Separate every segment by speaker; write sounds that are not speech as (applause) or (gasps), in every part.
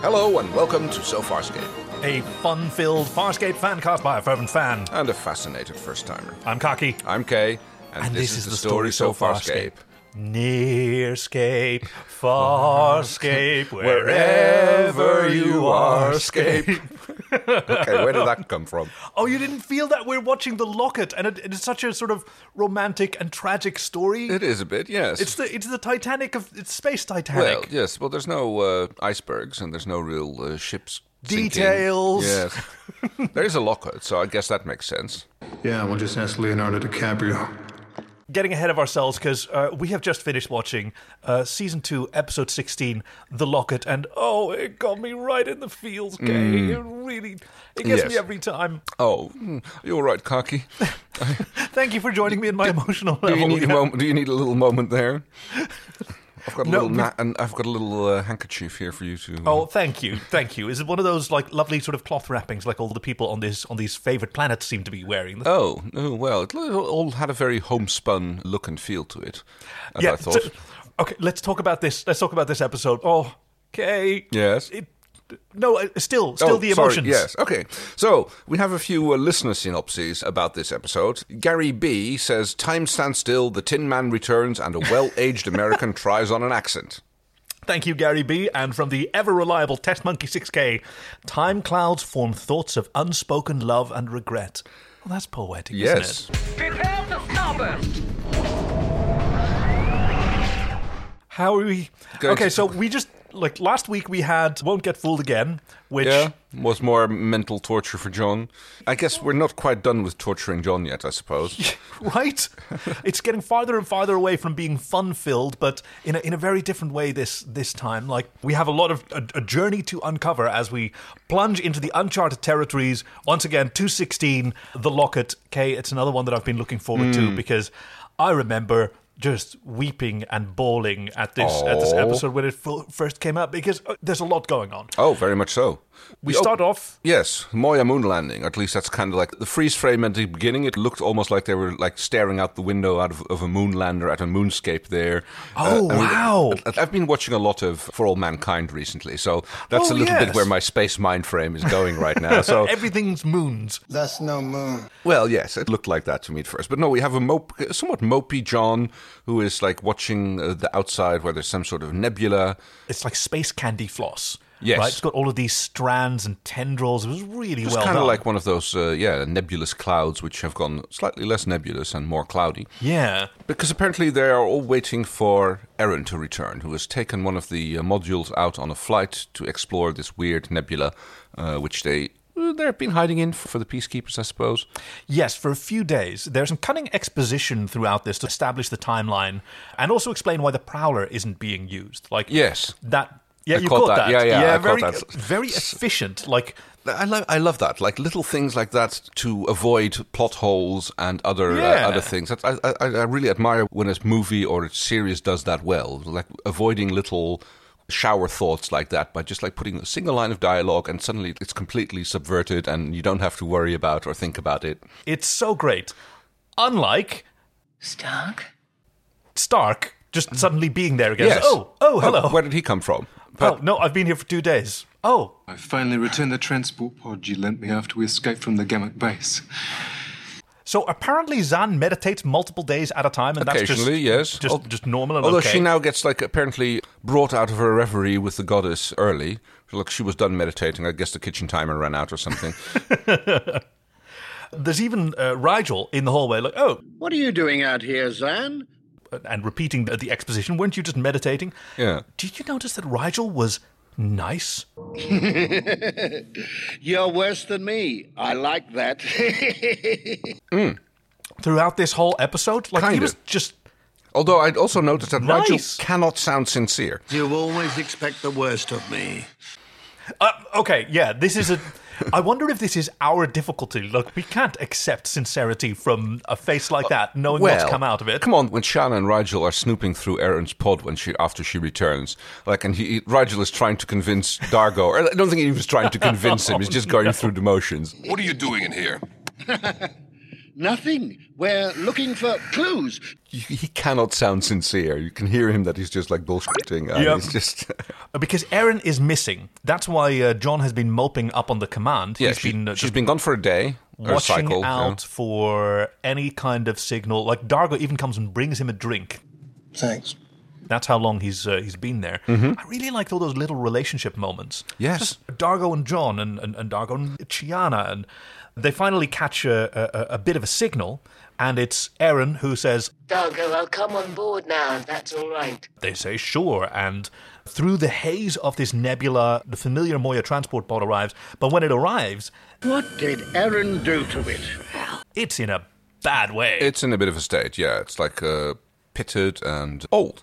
Speaker 1: Hello and welcome to So Farscape,
Speaker 2: A fun filled Farscape fan cast by a fervent fan.
Speaker 1: and a fascinated first timer.
Speaker 2: I'm Kaki.
Speaker 1: I'm Kay, and,
Speaker 2: And
Speaker 1: this, is, the story, So Farscape. (laughs)
Speaker 2: Nearscape, Farscape,
Speaker 1: Wherever
Speaker 2: wherever
Speaker 1: you
Speaker 2: you
Speaker 1: are,
Speaker 2: are,
Speaker 1: scape. (laughs) okay, where did that come from?
Speaker 2: Oh, you didn't feel that? We're watching The Locket, and it, it is such a sort of romantic and tragic story.
Speaker 1: It is a bit, yes.
Speaker 2: it's the it's the Titanic of it's space Titanic.
Speaker 1: well, yes. Well, there's no uh, icebergs and there's no real uh, ships. sinking.
Speaker 2: Details.
Speaker 1: (laughs) Yes. there is a locket, so I guess that makes sense.
Speaker 3: Yeah, we'll just ask Leonardo DiCaprio.
Speaker 2: Getting ahead of ourselves because uh, we have just finished watching uh, season two, episode sixteen, The Locket, and oh, it got me right in the feels, Kay. It really it gets
Speaker 1: Mm. Yes.
Speaker 2: me every time.
Speaker 1: Oh, hmm, you're all right, (laughs) Kaki.
Speaker 2: Thank you for joining me in my emotional
Speaker 1: Do
Speaker 2: level.
Speaker 1: you need a
Speaker 2: Yeah.
Speaker 1: moment? Do you need a little moment (laughs) there? I've got a little, na- and I've got a little uh, handkerchief here for you to. uh,
Speaker 2: Oh, thank you, thank you. Is it one of those like lovely sort of cloth wrappings, like all the people on this on these favorite planets seem to be wearing?
Speaker 1: Oh, oh well, it l- all had a very homespun look and feel to it. as I
Speaker 2: so-
Speaker 1: thought.
Speaker 2: okay, let's talk about this. Let's talk about this episode. Oh, okay.
Speaker 1: Yes.
Speaker 2: It, no, uh, still, still
Speaker 1: Oh,
Speaker 2: the
Speaker 1: sorry,
Speaker 2: emotions.
Speaker 1: yes. Okay. So we have a few uh, listener synopses about this episode. Gary B says, "Time stands still. The Tin Man returns, and a well-aged
Speaker 2: (laughs)
Speaker 1: American tries on an accent."
Speaker 2: Thank you, Gary B. And from the ever reliable Test Monkey 6K, time clouds form thoughts of unspoken love and regret. Well, that's poetic,
Speaker 1: Yes.
Speaker 2: isn't it?
Speaker 4: Prepare for starburst.
Speaker 2: How are we?
Speaker 1: Going
Speaker 2: okay,
Speaker 1: to-
Speaker 2: so we just like last week we had "Won't Get Fooled Again," which
Speaker 1: Yeah, was more mental torture for John. I guess we're not quite done with torturing John yet, I
Speaker 2: (laughs)
Speaker 1: suppose.
Speaker 2: right? it's getting farther and farther away from being fun filled, but in a, in a very different way this this time. Like we have a lot of a, a journey to uncover as we plunge into the uncharted territories. Once again, two sixteen, the locket. Kay, it's another one that I've been looking forward
Speaker 1: Hmm.
Speaker 2: to because I remember. Just weeping and bawling at this at this
Speaker 1: Aw.
Speaker 2: episode when it f- first came out because uh, there's a lot going on.
Speaker 1: oh, very much so.
Speaker 2: We
Speaker 1: Oh,
Speaker 2: start off
Speaker 1: Yes, Moya moon landing. At least that's kind of like the freeze frame at the beginning. It looked almost like they were like staring out the window out of, of a moonlander at a moonscape there. Uh,
Speaker 2: Oh,
Speaker 1: I mean,
Speaker 2: wow.
Speaker 1: I- I've been watching a lot of For All Mankind recently, so that's
Speaker 2: Oh,
Speaker 1: a little bit
Speaker 2: yes.
Speaker 1: where my space mind frame is going right
Speaker 2: (laughs)
Speaker 1: now. So,
Speaker 2: everything's moons.
Speaker 5: That's no moon.
Speaker 1: well, yes, it looked like that to me at first. But no, we have a mope, somewhat mopey John who is like watching uh, the outside where there's some sort of nebula.
Speaker 2: it's like space candy floss.
Speaker 1: Yes.
Speaker 2: Right? It's got all of these strands and tendrils. It was really
Speaker 1: It's
Speaker 2: well
Speaker 1: kind
Speaker 2: done.
Speaker 1: of like one of those, uh, yeah, nebulous clouds which have gone slightly less nebulous and more cloudy.
Speaker 2: yeah.
Speaker 1: Because apparently they are all waiting for Erin to return, who has taken one of the uh, modules out on a flight to explore this weird nebula, uh, which they uh, they've been hiding in for the peacekeepers, I suppose.
Speaker 2: Yes, for a few days. There's some cunning exposition throughout this to establish the timeline and also explain why the prowler isn't being used. Like
Speaker 1: Yes.
Speaker 2: that yeah,
Speaker 1: I
Speaker 2: you
Speaker 1: caught that.
Speaker 2: caught that.
Speaker 1: Yeah, yeah, I caught
Speaker 2: very, e,
Speaker 1: that.
Speaker 2: very efficient. Like
Speaker 1: I love I love that, like little things like that to avoid plot holes and other
Speaker 2: Yeah.
Speaker 1: uh, other things. That I, I I really admire when a movie or a series does that well, like avoiding little shower thoughts like that by just like putting a single line of dialogue and suddenly it's completely subverted and you don't have to worry about or think about it.
Speaker 2: it's so great. Unlike
Speaker 4: Stark?
Speaker 2: Stark just suddenly being there again. Oh, oh, hello.
Speaker 1: where did he come from?
Speaker 2: oh, no, I've been here for two days. Oh,
Speaker 6: I finally returned the transport pod you lent me after we escaped from the Gamut base.
Speaker 2: So apparently, Zan meditates multiple days at a time, and that's just,
Speaker 1: Occasionally, yes.
Speaker 2: just,
Speaker 1: Al-
Speaker 2: just normal. And
Speaker 1: Although
Speaker 2: Oh, okay.
Speaker 1: she now gets like apparently brought out of her reverie with the goddess early. Look, she was done meditating. I guess the kitchen timer ran out or
Speaker 2: (laughs)
Speaker 1: something.
Speaker 2: there's even uh, Rigel in the hallway, like, oh,
Speaker 5: What are you doing out here, Zan?
Speaker 2: and repeating the, the exposition. Weren't you just meditating?
Speaker 1: Yeah.
Speaker 2: Did you notice that Rigel was nice?
Speaker 5: You're worse than me. I like that. (laughs)
Speaker 2: throughout this whole episode? Like he
Speaker 1: Kinda.
Speaker 2: was just
Speaker 1: Although I'd also noticed that Rigel
Speaker 2: Nice.
Speaker 1: cannot sound sincere.
Speaker 5: you always expect the worst of me.
Speaker 2: uh, okay. Yeah, this is a. (laughs) I wonder if this is our difficulty. Look, we can't accept sincerity from a face like that, knowing what's come out of it.
Speaker 1: Come on, when Shanna and Rigel are snooping through Aaron's pod when she after she returns, like, and he, Rigel is trying to convince Dargo, or I don't think
Speaker 2: (laughs) Oh,
Speaker 1: he was trying to convince him. He's just going through the motions.
Speaker 7: What are you doing in here?
Speaker 5: Nothing. We're looking for clues.
Speaker 1: You- He cannot sound sincere. You can hear him that he's just like bullshitting. and
Speaker 2: Yep.
Speaker 1: It's just (laughs)
Speaker 2: Because Aaron is missing. That's why uh, John has been moping up on the command.
Speaker 1: yeah.
Speaker 2: He's
Speaker 1: She,
Speaker 2: been uh,
Speaker 1: has
Speaker 2: just
Speaker 1: been gone for a day or a
Speaker 2: watching
Speaker 1: cycle. yeah.
Speaker 2: out for any kind of signal. Like Dargo even comes and brings him a drink.
Speaker 5: Thanks.
Speaker 2: That's how long he's uh, he's been there. I really liked all those little relationship moments.
Speaker 1: Mm-hmm. Yes.
Speaker 2: Just Dargo and John and, and, and Dargo and Chiana, and they finally catch a, a, a bit of a signal, and it's Aaron who says,
Speaker 7: Dargo, I'll come on board now. That's all right.
Speaker 2: They say sure, and through the haze of this nebula, the familiar Moya transport pod arrives. But when it arrives,
Speaker 5: What did Aaron do to it?
Speaker 2: it's in a bad way.
Speaker 1: It's in a bit of a state, yeah. It's like uh, pitted and old.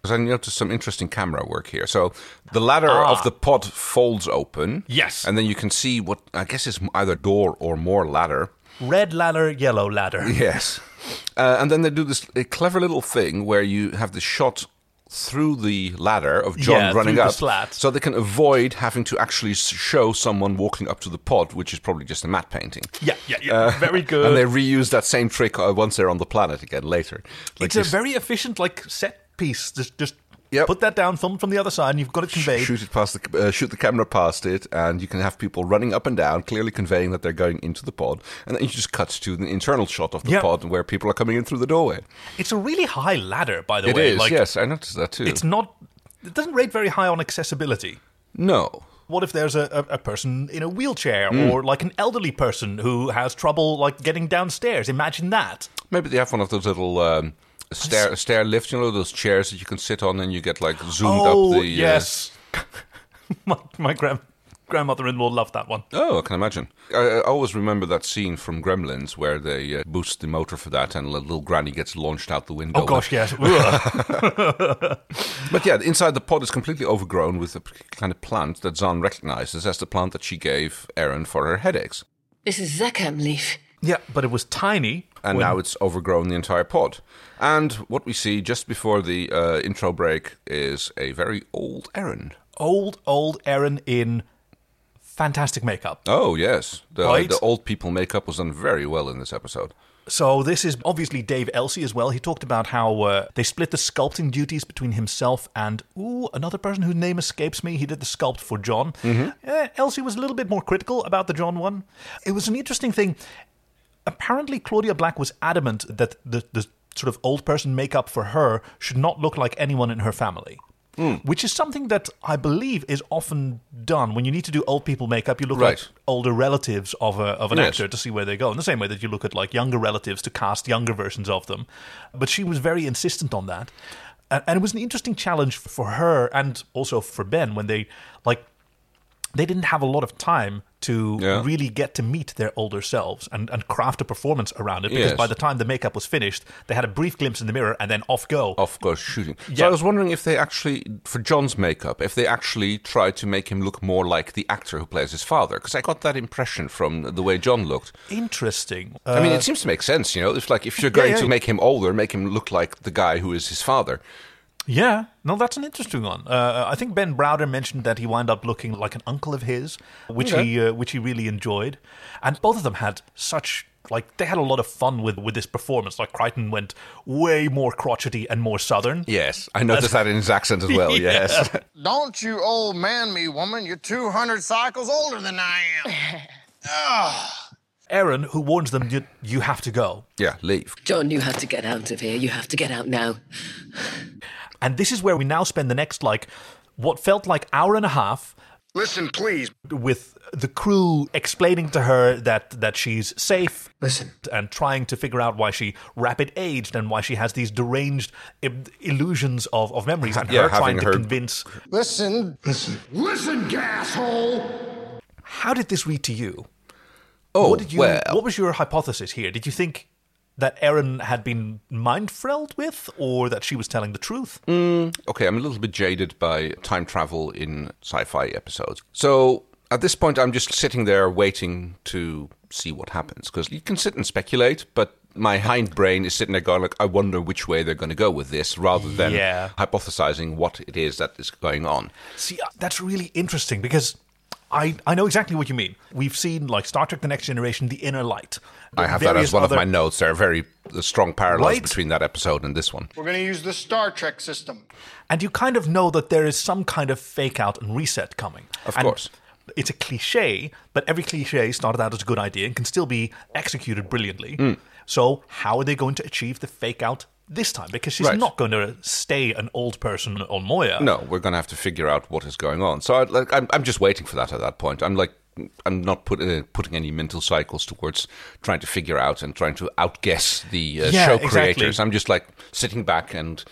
Speaker 1: Because I noticed some interesting camera work here. So the ladder of the pod folds open.
Speaker 2: Ah. Yes.
Speaker 1: And then you can see what I guess is either door or more ladder.
Speaker 2: Red ladder, yellow ladder.
Speaker 1: Yes. Uh, and then they do this uh, clever little thing where you have the shot through the ladder of John
Speaker 2: Yeah,
Speaker 1: running
Speaker 2: through the
Speaker 1: up.
Speaker 2: slat.
Speaker 1: So they can avoid having to actually s- show someone walking up to the pod, which is probably just a matte painting.
Speaker 2: Yeah, yeah, yeah. Very good.
Speaker 1: Uh, And they reuse that same trick uh, once they're on the planet again later. Like
Speaker 2: it's
Speaker 1: this-
Speaker 2: a very efficient like set piece. Just just
Speaker 1: Yep.
Speaker 2: put that down, film from the other side, and you've got it conveyed.
Speaker 1: shoot it past the uh, shoot the camera past it, and you can have people running up and down, clearly conveying that they're going into the pod, and then you just cut to an internal shot of the
Speaker 2: Yeah.
Speaker 1: pod where people are coming in through the doorway.
Speaker 2: It's a really high ladder, by the
Speaker 1: It is,
Speaker 2: way. like,
Speaker 1: yes, I noticed that too.
Speaker 2: It's not. It doesn't rate very high on accessibility.
Speaker 1: no,
Speaker 2: What if there's a, a, a person in a wheelchair
Speaker 1: Hmm.
Speaker 2: or like an elderly person who has trouble like getting downstairs? Imagine that.
Speaker 1: maybe they have one of those little. Um, Stair, stair lift, you know those chairs that you can sit on, and you get like zoomed
Speaker 2: oh
Speaker 1: up. The, uh,
Speaker 2: yes, (laughs) my my grand, grandmother-in-law loved that one.
Speaker 1: oh, I can imagine. I, I always remember that scene from Gremlins where they uh, boost the motor for that, and little granny gets launched out the window.
Speaker 2: Oh gosh, yes.
Speaker 1: (laughs)
Speaker 2: Ugh.
Speaker 1: But yeah, inside the pod is completely overgrown with a kind of plant that Zahn recognizes as the plant that she gave Aaron for her headaches.
Speaker 7: This is Zekam leaf.
Speaker 2: yeah, but it was tiny.
Speaker 1: And
Speaker 2: when-
Speaker 1: now it's overgrown the entire pod. And what we see just before the uh, intro break is a very old Aaron.
Speaker 2: old, old Aaron in fantastic makeup.
Speaker 1: Oh, yes. The,
Speaker 2: Right.
Speaker 1: the old people makeup was done very well in this episode.
Speaker 2: So this is obviously Dave Elsey as well. He talked about how uh, they split the sculpting duties between himself and ooh another person whose name escapes me. He did the sculpt for John. Uh, Elsey was a little bit more critical about the John one. It was an interesting thing. Apparently, Claudia Black was adamant that the, the sort of old person makeup for her should not look like anyone in her family. Which is something that I believe is often done when you need to do old people makeup. You look
Speaker 1: Right.
Speaker 2: like older relatives of a, of an
Speaker 1: Yes.
Speaker 2: actor to see where they go. In the same way that you look at like younger relatives to cast younger versions of them. But she was very insistent on that, and, and it was an interesting challenge for her and also for Ben when they like they didn't have a lot of time to
Speaker 1: Yeah.
Speaker 2: really get to meet their older selves and, and craft a performance around it because
Speaker 1: Yes.
Speaker 2: by the time the makeup was finished they had a brief glimpse in the mirror and then off go
Speaker 1: Of course, shooting. So
Speaker 2: Yeah.
Speaker 1: I was wondering if they actually, for John's makeup, if they actually tried to make him look more like the actor who plays his father. Because I got that impression from the way John looked.
Speaker 2: interesting
Speaker 1: I mean, it seems to make sense, you know. It's like if you're going
Speaker 2: Uh, yeah,
Speaker 1: to
Speaker 2: yeah.
Speaker 1: make him older, make him look like the guy who is his father.
Speaker 2: Yeah, no, that's an interesting one. Uh, I think Ben Browder mentioned that he wound up looking like an uncle of his, which he uh, which he really enjoyed, and both of them had such like they had a lot of fun with with this performance. Like Crichton went way more crotchety and more southern.
Speaker 1: Yes, I noticed that in his accent as
Speaker 2: (laughs)
Speaker 1: well. Yes,
Speaker 8: Don't you old man me, woman. You're 200 cycles older than I am.
Speaker 2: Aaron, who warns them, you, you have to go,
Speaker 1: (laughs) yeah, leave.
Speaker 7: John, you have to get out of here. You have to get out now.
Speaker 2: and this is where we now spend the next like what felt like hour and a half
Speaker 5: Listen, please.
Speaker 2: with the crew explaining to her that that she's safe
Speaker 8: Listen,
Speaker 2: and trying to figure out why she rapid aged and why she has these deranged I- illusions of, of memories and
Speaker 1: Yeah,
Speaker 2: her
Speaker 1: having
Speaker 2: trying to
Speaker 1: her-
Speaker 2: convince
Speaker 8: listen. Listen.
Speaker 5: Listen, gasshole!
Speaker 2: how did this read to you
Speaker 1: Oh
Speaker 2: what did you
Speaker 1: well.
Speaker 2: what was your hypothesis here did you think that Erin had been mind frelled with or that she was telling the truth
Speaker 1: Mm. okay, I'm a little bit jaded by time travel in sci-fi episodes. So at this point, I'm just sitting there waiting to see what happens because you can sit and speculate, but my hindbrain is sitting there going like, I wonder which way they're going to go with this, rather than
Speaker 2: Yeah.
Speaker 1: hypothesizing what it is that is going on.
Speaker 2: see uh, that's really interesting because I, I know exactly what you mean. We've seen, like, Star Trek The Next Generation, The Inner Light.
Speaker 1: I have that as
Speaker 2: Various
Speaker 1: one of
Speaker 2: other-
Speaker 1: my notes. There are very uh, strong parallels
Speaker 2: Right?
Speaker 1: between that episode and this one.
Speaker 8: We're going to use the Star Trek system.
Speaker 2: And you kind of know that there is some kind of fake out and reset coming.
Speaker 1: Of
Speaker 2: And
Speaker 1: course.
Speaker 2: It's a cliche, but every cliche started out as a good idea and can still be executed brilliantly.
Speaker 1: Hmm.
Speaker 2: So, how are they going to achieve the fake out this time? Because she's
Speaker 1: Right.
Speaker 2: not going to stay an old person on Moya.
Speaker 1: No, we're going to have to figure out what is going on. So I, like, I'm, I'm just waiting for that at that point. I'm like, I'm not put, uh, putting any mental cycles towards trying to figure out and trying to outguess the uh,
Speaker 2: Yeah,
Speaker 1: show
Speaker 2: exactly.
Speaker 1: creators. I'm just like sitting back and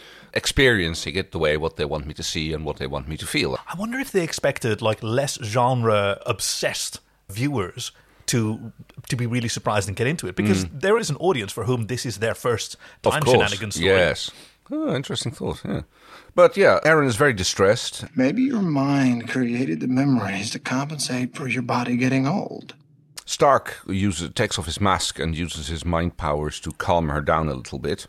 Speaker 1: experiencing it the way what they want me to see and what they want me to feel.
Speaker 2: I wonder if they expected like less genre obsessed viewers to to be really surprised and get into it because there is an audience for whom this is their first
Speaker 1: Hmm. Of
Speaker 2: time
Speaker 1: course,
Speaker 2: shenanigans story.
Speaker 1: yes. Oh, interesting thought. Yeah, but yeah, Aaron is very distressed.
Speaker 5: Maybe your mind created the memories to compensate for your body getting old.
Speaker 1: Stark uses takes off his mask and uses his mind powers to calm her down a little bit.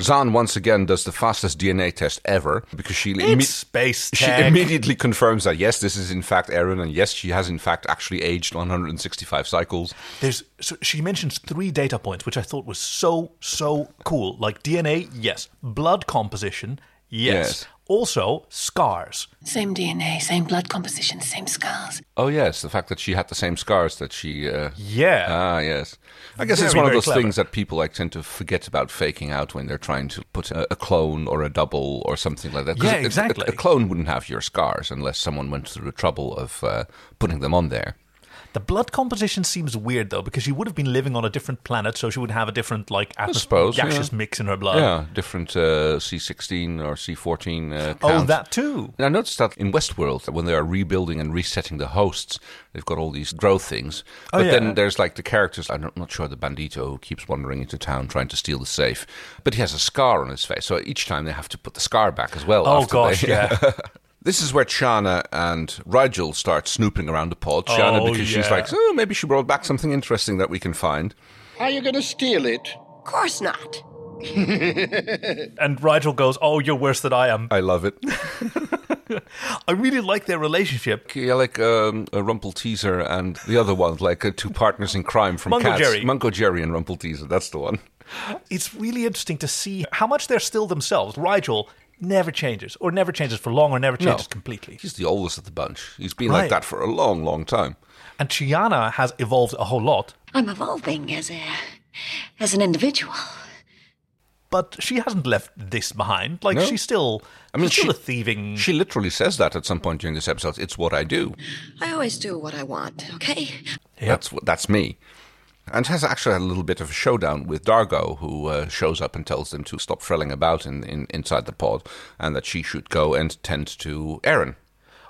Speaker 1: Zahn once again does the fastest DNA test ever because she imme-
Speaker 2: It's space
Speaker 1: she
Speaker 2: tech.
Speaker 1: immediately confirms that yes, this is in fact Erin, and yes, she has in fact actually aged 165 cycles.
Speaker 2: There's so she mentions three data points which I thought was so so cool. Like DNA, yes. Blood composition, yes.
Speaker 1: Yes.
Speaker 2: Also scars.
Speaker 7: Same DNA, same blood composition, same scars.
Speaker 1: Oh yes, the fact that she had the same scars that she. Uh,
Speaker 2: Yeah.
Speaker 1: Ah yes, I guess it's
Speaker 2: Very,
Speaker 1: one of
Speaker 2: very
Speaker 1: those
Speaker 2: clever.
Speaker 1: things that people like tend to forget about faking out when they're trying to put a, a clone or a double or something like that. 'Cause
Speaker 2: Yeah,
Speaker 1: it- it-
Speaker 2: exactly.
Speaker 1: A, clone wouldn't have your scars unless someone went through the trouble of uh, putting them on there.
Speaker 2: The blood composition seems weird though because she would have been living on a different planet so she would have a different like atmos-
Speaker 1: suppose, yeah.
Speaker 2: gaseous mix in her blood.
Speaker 1: yeah, different uh, C16 or C14. Uh,
Speaker 2: Oh,
Speaker 1: count.
Speaker 2: that too.
Speaker 1: And I noticed that in Westworld, that when they are rebuilding and resetting the hosts, they've got all these grow things.
Speaker 2: Oh,
Speaker 1: But
Speaker 2: yeah.
Speaker 1: then there's like the characters. I'm not, not sure the bandito who keeps wandering into town trying to steal the safe, but he has a scar on his face. So each time they have to put the scar back as well.
Speaker 2: Oh
Speaker 1: after
Speaker 2: gosh,
Speaker 1: they-
Speaker 2: yeah.
Speaker 1: (laughs) This is where Chana and Rigel start snooping around the pod. Chana,
Speaker 2: Oh,
Speaker 1: because she's
Speaker 2: yeah.
Speaker 1: like, oh, maybe she brought back something interesting that we can find.
Speaker 5: How you gonna steal it?
Speaker 4: Of course not.
Speaker 2: And Rigel goes, "Oh, you're worse than I am."
Speaker 1: I love it.
Speaker 2: I really like their relationship.
Speaker 1: yeah, like um, a Rumple Teaser and the other one, like uh, two partners in crime from
Speaker 2: Mungo
Speaker 1: Cats.
Speaker 2: Jerry.
Speaker 1: Mungo Jerry and Rumple Teaser. That's the one.
Speaker 2: It's really interesting to see how much they're still themselves. Rigel never changes, or never changes for long, or never changes completely.
Speaker 1: He's the oldest of the bunch. He's been
Speaker 2: Right.
Speaker 1: like that for a long, long time.
Speaker 2: And Chiana has evolved a whole lot,
Speaker 4: I'm evolving as a as an individual.
Speaker 2: but she hasn't left this behind. Like
Speaker 1: No.
Speaker 2: she's still,
Speaker 1: I mean,
Speaker 2: she's still
Speaker 1: she-
Speaker 2: a thieving.
Speaker 1: She literally says that at some point during this episode. It's what I do.
Speaker 4: I always do what I want, okay?
Speaker 1: That's what that's me. And has actually had a little bit of a showdown with Dargo, who uh, shows up and tells them to stop frelling about in, in, inside the pod, and that she should go and tend to Aaron.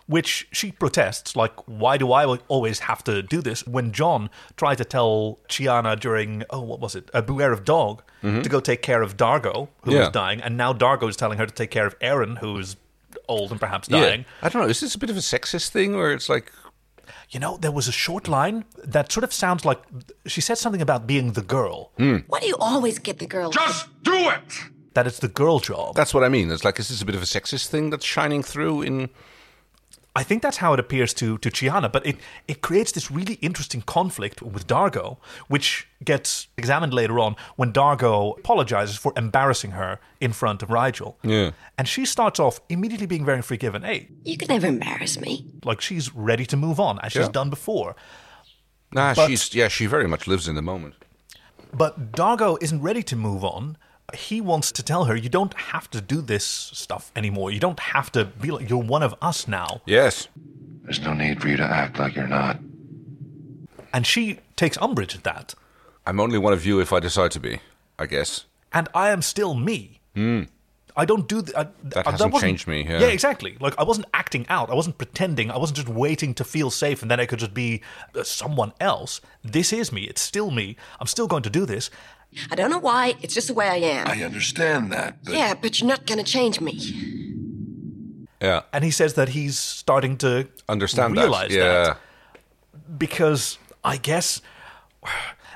Speaker 2: which she protests. Like, why do I always have to do this? When John tried to tell Chiana during, oh, what was it? A Beware of Dog to go take care of Dargo, who
Speaker 1: Mm-hmm. Yeah.
Speaker 2: was dying, and now Dargo is telling her to take care of Aaron, who is old and perhaps dying.
Speaker 1: I don't know. Is this a bit of a sexist thing, or it's like
Speaker 2: You know, there was a short line that sort of sounds like she said something about being the girl,
Speaker 1: Hmm.
Speaker 4: Why do you always get the girl?
Speaker 5: Just do it!
Speaker 2: that it's the girl job.
Speaker 1: that's what I mean? It's like is this a bit of a sexist thing that's shining through in
Speaker 2: I think that's how it appears to to Chiana, but it it creates this really interesting conflict with Dargo, which gets examined later on when Dargo apologizes for embarrassing her in front of Rigel.
Speaker 1: Yeah.
Speaker 2: And she starts off immediately being very forgiving. Hey,
Speaker 4: You can never embarrass me.
Speaker 2: like she's ready to move on as she's
Speaker 1: Yeah.
Speaker 2: done before.
Speaker 1: Nah,
Speaker 2: But-
Speaker 1: she's yeah, she very much lives in the moment.
Speaker 2: But Dargo isn't ready to move on. He wants to tell her, you don't have to do this stuff anymore. You don't have to be like, you're one of us now.
Speaker 1: Yes.
Speaker 6: There's no need for you to act like you're not.
Speaker 2: And she takes umbrage at that.
Speaker 1: I'm only one of you if I decide to be, I guess.
Speaker 2: and I am still me. I don't do th- I,
Speaker 1: Hmm. That
Speaker 2: I-
Speaker 1: hasn't
Speaker 2: wasn't-
Speaker 1: changed me, yeah.
Speaker 2: exactly. Like I wasn't acting out. I wasn't pretending. I wasn't just waiting to feel safe and then I could just be uh, someone else. This is me. It's still me. I'm still going to do this.
Speaker 4: I don't know why, it's just the way I am.
Speaker 6: I understand that, but
Speaker 4: yeah, but you're not gonna change me.
Speaker 1: Yeah.
Speaker 2: And he says that he's starting to
Speaker 1: Understand
Speaker 2: realize
Speaker 1: that. Yeah.
Speaker 2: that because I guess. (sighs)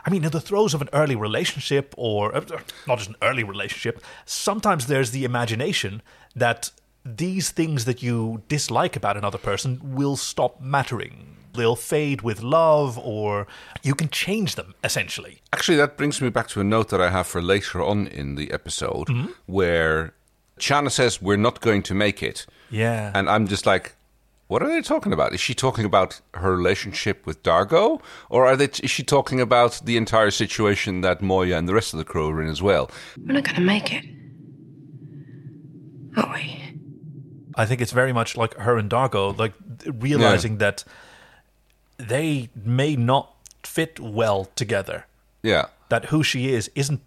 Speaker 2: I mean, in the throes of an early relationship, or uh, not just an early relationship, sometimes there's the imagination that these things that you dislike about another person will stop mattering. They'll fade with love, or you can change them, essentially.
Speaker 1: Actually, that brings me back to a note that I have for later on in the episode where Chana says, We're not going to make it.
Speaker 2: Yeah.
Speaker 1: And I'm just like, What are they talking about? Is she talking about her relationship with Dargo? Or are they is she talking about the entire situation that Moya and the rest of the crew are in as well?
Speaker 7: We're not going to make it. Are we?
Speaker 2: I think it's very much like her and Dargo, like th- realizing that they may not fit well together.
Speaker 1: Yeah.
Speaker 2: That who she is isn't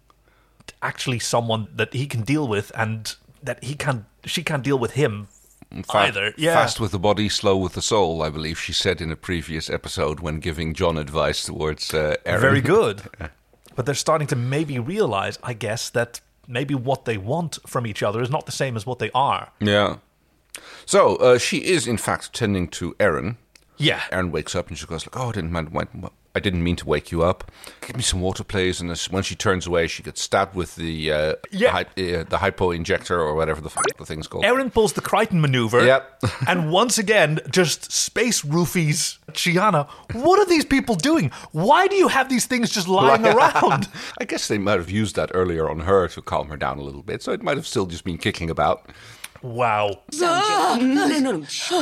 Speaker 2: actually someone that he can deal with, and that he can she can't deal with him
Speaker 1: Fa-
Speaker 2: either. Yeah,
Speaker 1: Fast with the body, slow with the soul, I believe she said in a previous episode when giving John advice towards uh, Aaron. (laughs)
Speaker 2: very good. but they're starting to maybe realize, I guess, that maybe what they want from each other is not the same as what they are.
Speaker 1: Yeah. So uh, she is, in fact, tending to Aaron.
Speaker 2: Yeah,
Speaker 1: Aaron wakes up and she goes like, "Oh, I didn't mind. mind- I didn't mean to wake you up. Give me some water, please." And as- when she turns away, she gets stabbed with the uh,
Speaker 2: Yeah.
Speaker 1: hy- uh, the hypo injector or whatever the, f- the thing's called.
Speaker 2: Aaron pulls the Crichton maneuver.
Speaker 1: Yep.
Speaker 2: (laughs) and once again, just space roofies Chiana. What are these people doing? Why do you have these things just lying
Speaker 1: (laughs)
Speaker 2: around?
Speaker 1: I guess they might have used that earlier on her to calm her down a little bit, so it might have still just been kicking about.
Speaker 2: Wow.
Speaker 9: No, no, no, no. Shh.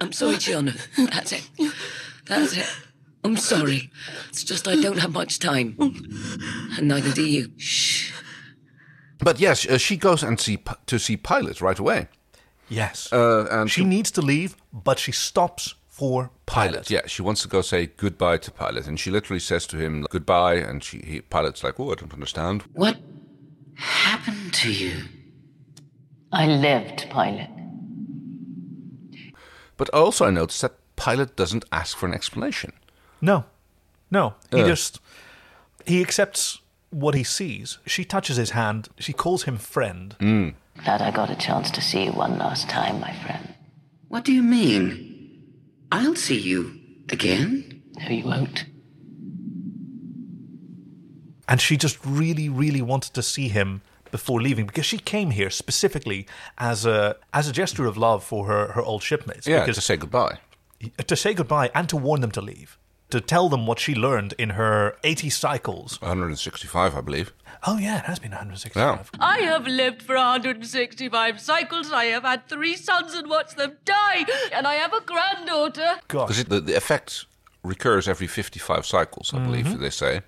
Speaker 9: I'm sorry, Gianna. That's it. That's it. I'm sorry. It's just I don't have much time. And neither do you. Shh.
Speaker 1: But yes, uh, she goes and see P- to see Pilot right away.
Speaker 2: Yes.
Speaker 1: Uh, and
Speaker 2: she needs to leave, but she stops for Pilot.
Speaker 1: Yeah, she wants to go say goodbye to Pilot, and she literally says to him goodbye, and she he, Pilot's like, "Oh, I don't understand."
Speaker 9: What happened to you?
Speaker 10: I lived, Pilot.
Speaker 1: But also, I noticed that Pilot doesn't ask for an explanation.
Speaker 2: No. No. He
Speaker 1: Uh.
Speaker 2: just he accepts what he sees. She touches his hand. She calls him friend.
Speaker 1: Mm.
Speaker 10: Glad I got a chance to see you one last time, my friend.
Speaker 9: What do you mean? I'll see you again.
Speaker 10: No, you won't.
Speaker 2: And she just really, really wanted to see him before leaving because she came here specifically as a as a gesture of love for her, her old shipmates.
Speaker 1: Yeah,
Speaker 2: because
Speaker 1: to say goodbye.
Speaker 2: to say goodbye and to warn them to leave. To tell them what she learned in her 80 cycles.
Speaker 1: 165, I believe.
Speaker 2: Oh, yeah, it has been 165.
Speaker 7: I have lived for 165 cycles. I have had three sons and watched them die. And I have a granddaughter.
Speaker 1: Because
Speaker 2: Gosh.
Speaker 1: it- the, the effect recurs every 55 cycles, I
Speaker 2: Mm-hmm.
Speaker 1: believe they say.